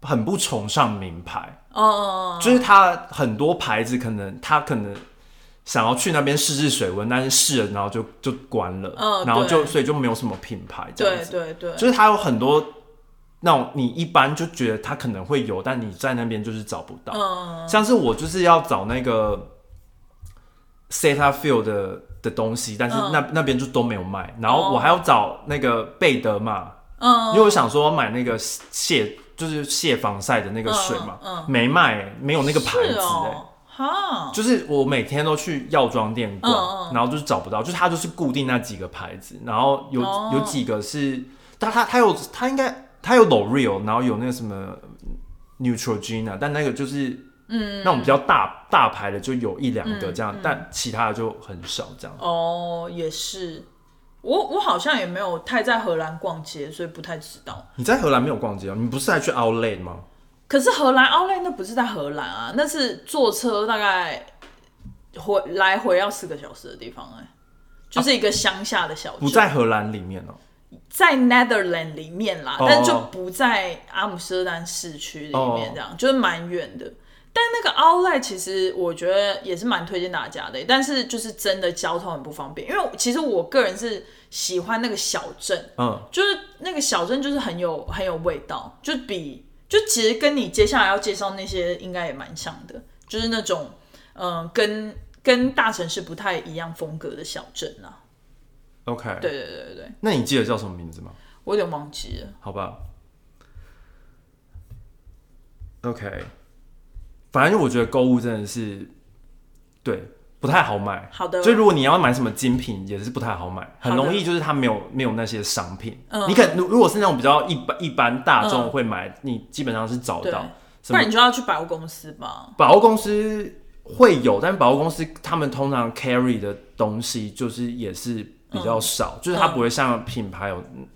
Speaker 1: 很不崇尚名牌，
Speaker 2: 哦，
Speaker 1: 就是他很多牌子可能他可能。想要去那边试试水温，但是试了然后就就关了，
Speaker 2: 嗯
Speaker 1: 然后就
Speaker 2: 对
Speaker 1: 所以就没有什么品牌这样
Speaker 2: 对
Speaker 1: 子。
Speaker 2: 对对，
Speaker 1: 就是它有很多那种你一般就觉得它可能会有，但你在那边就是找不到。
Speaker 2: 嗯
Speaker 1: 像是我就是要找那个 Seta Field 的的东西，但是
Speaker 2: 嗯
Speaker 1: 那、那边就都没有卖。然后我还要找那个贝德嘛，因
Speaker 2: 嗯，
Speaker 1: 为我想说买那个卸就是卸防晒的那个水嘛，
Speaker 2: 嗯嗯
Speaker 1: 没卖、没有那个牌子哎、
Speaker 2: 是哦，哈，
Speaker 1: 就是我每天都去药妆店逛，
Speaker 2: 嗯嗯
Speaker 1: 然后就是找不到，就是它就是固定那几个牌子，然后有、
Speaker 2: 哦
Speaker 1: 有几个是，但它它有它应该它有 L'Oreal，然后有那个什么 Neutrogena，但那个就是嗯，那种比较大大牌的就有一两个
Speaker 2: 嗯
Speaker 1: 这样，但其他的就很少这样。
Speaker 2: 哦，也是。我我好像也没有太在荷兰逛街，所以不太知道。
Speaker 1: 你在荷兰没有逛街哦？你不是还去 Outlet 吗？
Speaker 2: 可是荷兰奥莱那不是在荷兰啊，那是坐车大概回来回要四个小时的地方哎、就是一个乡下的小
Speaker 1: 不
Speaker 2: 镇，
Speaker 1: 在荷兰里面哦。
Speaker 2: 在 Netherland 里面啦，
Speaker 1: 哦
Speaker 2: 但就不在阿姆斯特丹市区里面
Speaker 1: 哦，
Speaker 2: 这样、就是蛮远的。但那个奥莱其实我觉得也是蛮推荐大家的、但是就是真的交通很不方便，因为其实我个人是喜欢那个小镇，
Speaker 1: 嗯，
Speaker 2: 就是那个小镇就是很有很有味道，就比就其实跟你接下来要介绍那些应该也蛮像的，就是那种嗯、呃跟跟大城市不太一样风格的小镇啊。
Speaker 1: OK，
Speaker 2: 对，对对对对，
Speaker 1: 那你记得叫什么名字吗？
Speaker 2: 我有点忘记了。
Speaker 1: 好吧。OK，反正我觉得购物真的是，对，不太好买。
Speaker 2: 好的
Speaker 1: 就如果你要买什么精品，也是不太好买，很
Speaker 2: 好的
Speaker 1: 容易就是它没有没有那些商品。
Speaker 2: 嗯
Speaker 1: 你可如如果是那种比较一般一般大众
Speaker 2: 嗯
Speaker 1: 会买，你基本上是找不
Speaker 2: 对
Speaker 1: 到。什
Speaker 2: 不
Speaker 1: 么
Speaker 2: 然你就要去百货公司吧。
Speaker 1: 百货公司会有，但百货公司他们通常 carry 的东西就是也是比
Speaker 2: 嗯
Speaker 1: 较少，就是它不会像品牌有、嗯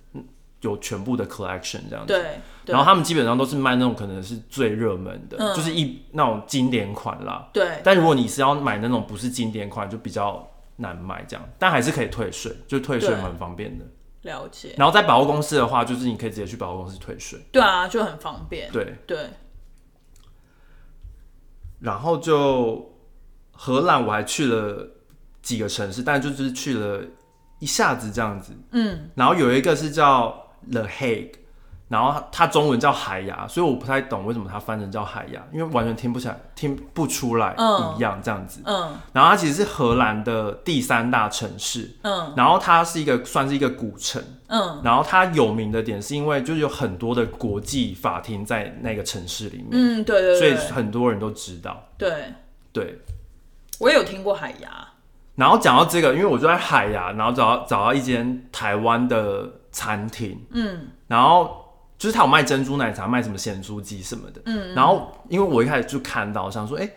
Speaker 1: 有全部的 collection 这样子。
Speaker 2: 对，对
Speaker 1: 然后他们基本上都是卖那种可能是最热门的，
Speaker 2: 嗯
Speaker 1: 就是一那种经典款啦。
Speaker 2: 对
Speaker 1: 但如果你是要买那种不是经典款，就比较难买这样，但还是可以退税，就退税
Speaker 2: 对
Speaker 1: 蛮方便的。
Speaker 2: 了解。
Speaker 1: 然后在百货公司的话，就是你可以直接去百货公司退税。
Speaker 2: 对啊，就很方便。
Speaker 1: 对，
Speaker 2: 对，
Speaker 1: 然后就荷兰，我还去了几个城市，但就是去了一下子这样子。
Speaker 2: 嗯，
Speaker 1: 然后有一个是叫 The Hague，然后它它中文叫海牙，所以我不太懂为什么它翻成叫海牙，因为完全听不起来，听不出来
Speaker 2: 嗯
Speaker 1: 一样这样子。
Speaker 2: 嗯
Speaker 1: 然后它其实是荷兰的第三大城市，
Speaker 2: 嗯
Speaker 1: 然后它是一个算是一个古城，
Speaker 2: 嗯
Speaker 1: 然后它有名的点是因为就是有很多的国际法庭在那个城市里面，
Speaker 2: 嗯，对对
Speaker 1: 所以
Speaker 2: 对
Speaker 1: 很多人都知道。
Speaker 2: 对，
Speaker 1: 对，
Speaker 2: 我也有听过海牙。
Speaker 1: 然后讲到这个，因为我就在海牙，然后找到找到一间台湾的餐厅，
Speaker 2: 嗯
Speaker 1: 然后就是他有卖珍珠奶茶，卖什么咸酥鸡什么的。嗯，然后因为我一开始就看到，想说，哎、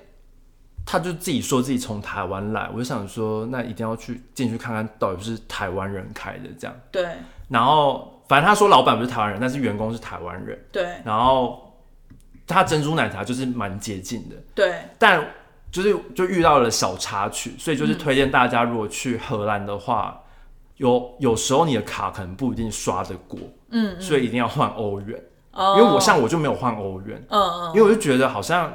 Speaker 1: 他就自己说自己从台湾来，我就想说，那一定要去进去看看到底是台湾人开的这样。
Speaker 2: 对
Speaker 1: 然后反正他说老板不是台湾人，但是员工是台湾人。
Speaker 2: 对
Speaker 1: 然后他珍珠奶茶就是蛮接近的，
Speaker 2: 对，
Speaker 1: 但就是就遇到了小插曲，所以
Speaker 2: 嗯
Speaker 1: 就是推荐大家，如果去荷兰的话，有有时候你的卡可能不一定刷得过，
Speaker 2: 嗯，
Speaker 1: 所以一定要换欧元。
Speaker 2: 哦
Speaker 1: 因为我像我就没有换欧元，
Speaker 2: 嗯嗯
Speaker 1: 因为我就觉得好像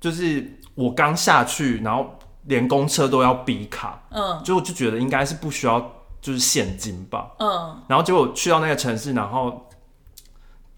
Speaker 1: 就是我刚下去，然后连公车都要比卡，
Speaker 2: 嗯
Speaker 1: 就我就觉得应该是不需要就是现金吧。
Speaker 2: 嗯
Speaker 1: 然后结果去到那个城市，然后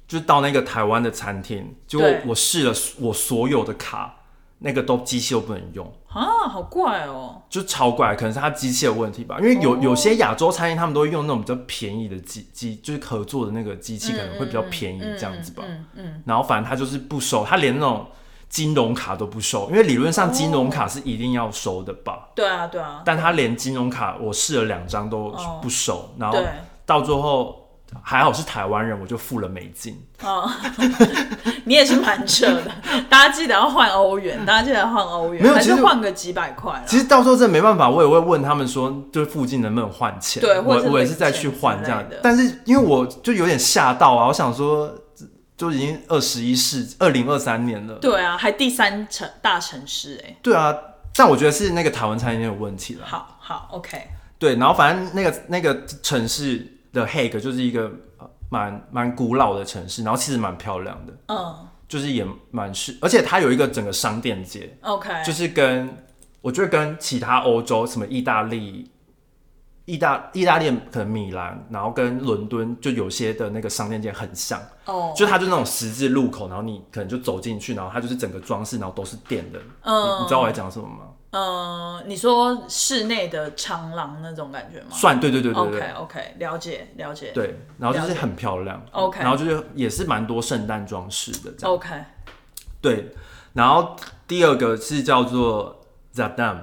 Speaker 1: 就到那个台湾的餐厅，结果
Speaker 2: 对
Speaker 1: 我试了我所有的卡，那个都机器都不能用，
Speaker 2: 啊，好怪哦。
Speaker 1: 就超怪，可能是它机器的问题吧。因为有、有些亚洲餐厅他们都会用那种比较便宜的机机，就是合作的那个机器可能会比较便宜这样子吧。
Speaker 2: 嗯嗯
Speaker 1: 然后反正他就是不收，他连那种金融卡都不收，因为理论
Speaker 2: 哦
Speaker 1: 上金融卡是一定要收的吧。
Speaker 2: 对啊对啊，
Speaker 1: 但他连金融卡我试了两张都
Speaker 2: 哦
Speaker 1: 不收，然后
Speaker 2: 对
Speaker 1: 到最后还好是台湾人，我就付了美金。
Speaker 2: 哦，你也是蛮 扯的。大家记得要换欧元，大家记得要换欧元，
Speaker 1: 没有
Speaker 2: 还
Speaker 1: 其
Speaker 2: 是
Speaker 1: 实
Speaker 2: 换个几百块啊啦。
Speaker 1: 其实到时候真的没办法，我也会问他们说，就是附近能不能换钱？
Speaker 2: 对或者是
Speaker 1: 我我也是
Speaker 2: 零
Speaker 1: 再
Speaker 2: 钱
Speaker 1: 去换
Speaker 2: 之
Speaker 1: 这样
Speaker 2: 类的。
Speaker 1: 但是因为我就有点吓到啊，我想说，就已经二十一世二零二三年了，
Speaker 2: 对啊，还第三城大城市哎、
Speaker 1: 对啊。但我觉得是那个台湾餐厅有问题啦。
Speaker 2: 好好 OK，
Speaker 1: 对，然后反正那个那个城市的 Hague 就是一个呃蛮蛮古老的城市，然后其实蛮漂亮的，
Speaker 2: 嗯
Speaker 1: 就是也蛮是，而且它有一个整个商店街，
Speaker 2: OK，
Speaker 1: 就是跟我觉得跟其他欧洲什么意大利。意大意大利可能米兰，然后跟伦敦就有些的那个商店街很像，
Speaker 2: 哦，
Speaker 1: 就它就是那种十字路口，然后你可能就走进去，然后它就是整个装饰，然后都是店的。
Speaker 2: 嗯
Speaker 1: 你你知道我在讲什么吗？
Speaker 2: 嗯，你说室内的长廊那种感觉吗？
Speaker 1: 算，对对对对对
Speaker 2: 嗯 OK OK，了解了解，
Speaker 1: 对，然后就是很漂亮
Speaker 2: OK
Speaker 1: 然后就是也是蛮多圣诞装饰的这样。
Speaker 2: OK，
Speaker 1: 对，然后第二个是叫做 Zadam，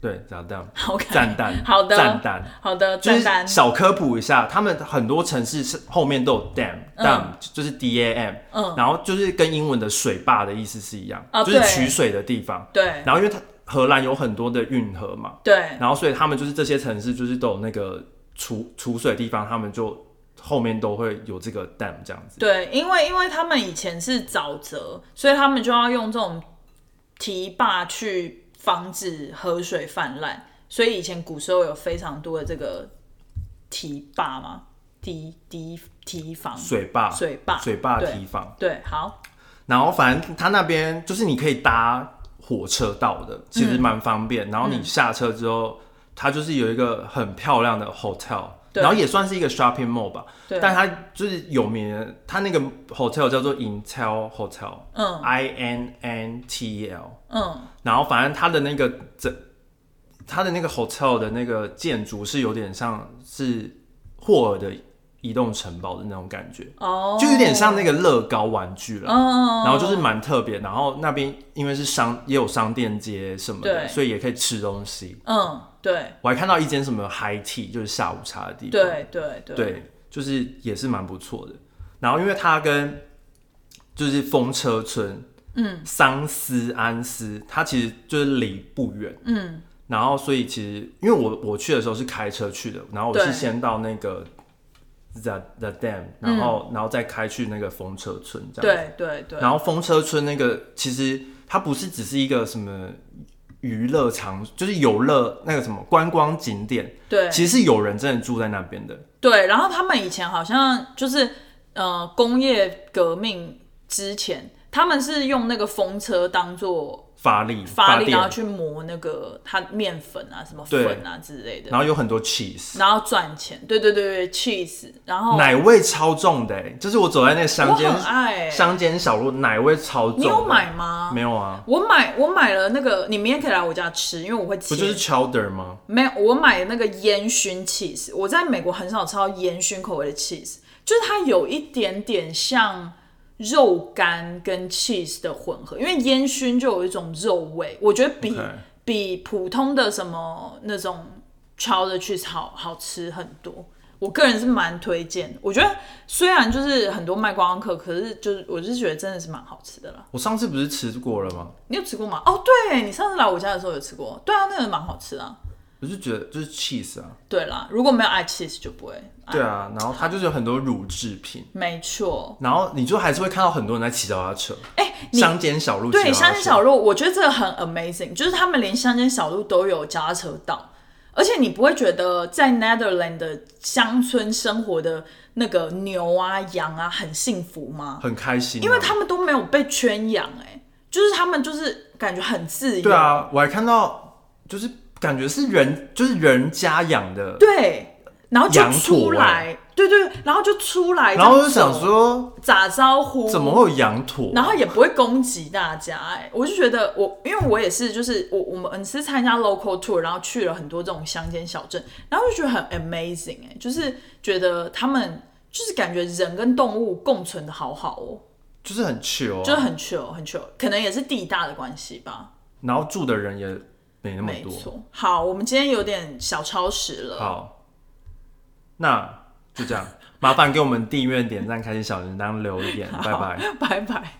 Speaker 1: 对，炸弹，
Speaker 2: 好看
Speaker 1: 赞弹，
Speaker 2: 好的
Speaker 1: 赞弹，
Speaker 2: 好的，
Speaker 1: 就
Speaker 2: 赞
Speaker 1: 是
Speaker 2: 单，
Speaker 1: 小科普一下，他们很多城市是后面都有 dam、dam，就是 d a m，、
Speaker 2: 嗯
Speaker 1: 然后就是跟英文的水坝的意思是一样，
Speaker 2: 啊
Speaker 1: 就是
Speaker 2: 对
Speaker 1: 取水的地方。
Speaker 2: 对
Speaker 1: 然后因为它荷兰有很多的运河嘛，
Speaker 2: 对，
Speaker 1: 然后所以他们就是这些城市就是都有那个储储水地方，他们就后面都会有这个 dam 这样子。
Speaker 2: 对，因为因为他们以前是沼泽，所以他们就要用这种堤坝去防止河水泛滥，所以以前古时候有非常多的这个堤坝嘛，堤堤堤防，
Speaker 1: 水坝，
Speaker 2: 水坝
Speaker 1: 水坝
Speaker 2: 对
Speaker 1: 堤防。
Speaker 2: 对，好，
Speaker 1: 然后反正他那边就是你可以搭火车到的，其
Speaker 2: 嗯
Speaker 1: 实蛮方便。然后你下车之后，它就是有一个很漂亮的 hotel，
Speaker 2: 对
Speaker 1: 然后也算是一个 shopping mall 吧。
Speaker 2: 对
Speaker 1: 但它就是有名的，它那个 hotel 叫做 Intel Hotel，
Speaker 2: 嗯
Speaker 1: ，I N N T E L。
Speaker 2: 嗯，
Speaker 1: 然后反正它的那个整，它的那个 hotel 的那个建筑是有点像是霍尔的移动城堡的那种感觉，
Speaker 2: 哦，
Speaker 1: 就有点像那个乐高玩具了。
Speaker 2: 嗯，嗯，
Speaker 1: 然后就是蛮特别，然后那边因为是商也有商店街什么的，
Speaker 2: 对
Speaker 1: 所以也可以吃东西。
Speaker 2: 嗯，对
Speaker 1: 我还看到一间什么 high tea，就是下午茶的地方，
Speaker 2: 对对对，
Speaker 1: 对就是也是蛮不错的。然后因为它跟就是风车村，嗯，桑斯安斯，它其实就是离不远，
Speaker 2: 嗯，
Speaker 1: 然后所以其实因为我我去的时候是开车去的，然后我是
Speaker 2: 对
Speaker 1: 先到那个 the the dam，然
Speaker 2: 嗯
Speaker 1: 后、然后再开去那个风车村这样子。
Speaker 2: 对对对，
Speaker 1: 然后风车村那个其实它不是只是一个什么娱乐场，就是游乐那个什么观光景点，
Speaker 2: 对，
Speaker 1: 其实是有人真的住在那边的。
Speaker 2: 对，然后他们以前好像就是呃工业革命之前，他们是用那个风车当做
Speaker 1: 发力
Speaker 2: 发力，
Speaker 1: 电
Speaker 2: 然后，去磨那个它面粉啊、什么
Speaker 1: 对
Speaker 2: 粉啊之类的，
Speaker 1: 然后有很多 cheese，
Speaker 2: 然后赚钱。对对对对，cheese，然后
Speaker 1: 奶味超重的、欸，就是我走在那个
Speaker 2: 我
Speaker 1: 乡间
Speaker 2: 很爱、欸，
Speaker 1: 乡间小路，奶味超重的。
Speaker 2: 你有买吗？
Speaker 1: 没有啊，
Speaker 2: 我买我买了那个，你明天可以来我家吃，因为我会切。
Speaker 1: 不就是 chowder 吗？
Speaker 2: 没有，我买那个烟熏 cheese，我在美国很少吃到烟熏口味的 cheese，就是它有一点点像肉干跟 cheese 的混合，因为烟熏就有一种肉味，我觉得比
Speaker 1: OK
Speaker 2: 比普通的什么那种 cheddar cheese 好好吃很多。我个人是蛮推荐的，我觉得虽然就是很多卖观光客，可是就是我是觉得真的是蛮好吃的啦。
Speaker 1: 我上次不是吃过了吗？
Speaker 2: 你有吃过吗？哦，对你上次来我家的时候有吃过，对啊，那个蛮好吃的啊。
Speaker 1: 我就觉得就是 cheese 啊，
Speaker 2: 对啦，如果没有爱 cheese 就不会。爱。
Speaker 1: 对啊，然后它就是有很多乳制品，
Speaker 2: 没错。
Speaker 1: 然后你就还是会看到很多人在骑脚踏车，
Speaker 2: 哎、你
Speaker 1: 乡间小路骑脚踏车，
Speaker 2: 对乡间小路，我觉得这个很 amazing，就是他们连乡间小路都有脚踏车道，而且你不会觉得在 Netherland 的乡村生活的那个牛啊、羊啊很幸福吗？
Speaker 1: 很开心啊、
Speaker 2: 因为他们都没有被圈养，哎，就是他们就是感觉很自由。
Speaker 1: 对，啊，我还看到就是感觉是人就是人家养的，
Speaker 2: 对，然后就
Speaker 1: 羊驼哎
Speaker 2: 出来，对对，对然后就出来，
Speaker 1: 然后我就想说
Speaker 2: 打招呼，
Speaker 1: 怎么会有羊驼？
Speaker 2: 然后也不会攻击大家、哎，我就觉得我，因为我也是，就是我我们是参加 local tour，然后去了很多这种乡间小镇，然后就觉得很 amazing，哎、就是觉得他们就是感觉人跟动物共存的好好哦、
Speaker 1: 就是很 chill，、啊、
Speaker 2: 就是很 chill 很 chill，可能也是地大的关系吧，
Speaker 1: 然后住的人也没那么
Speaker 2: 没
Speaker 1: 多。
Speaker 2: 错。好，我们今天有点小超时了，
Speaker 1: 好， 那就这样，麻烦给我们订阅、点赞、开启小铃铛、留言，拜拜。
Speaker 2: 拜拜。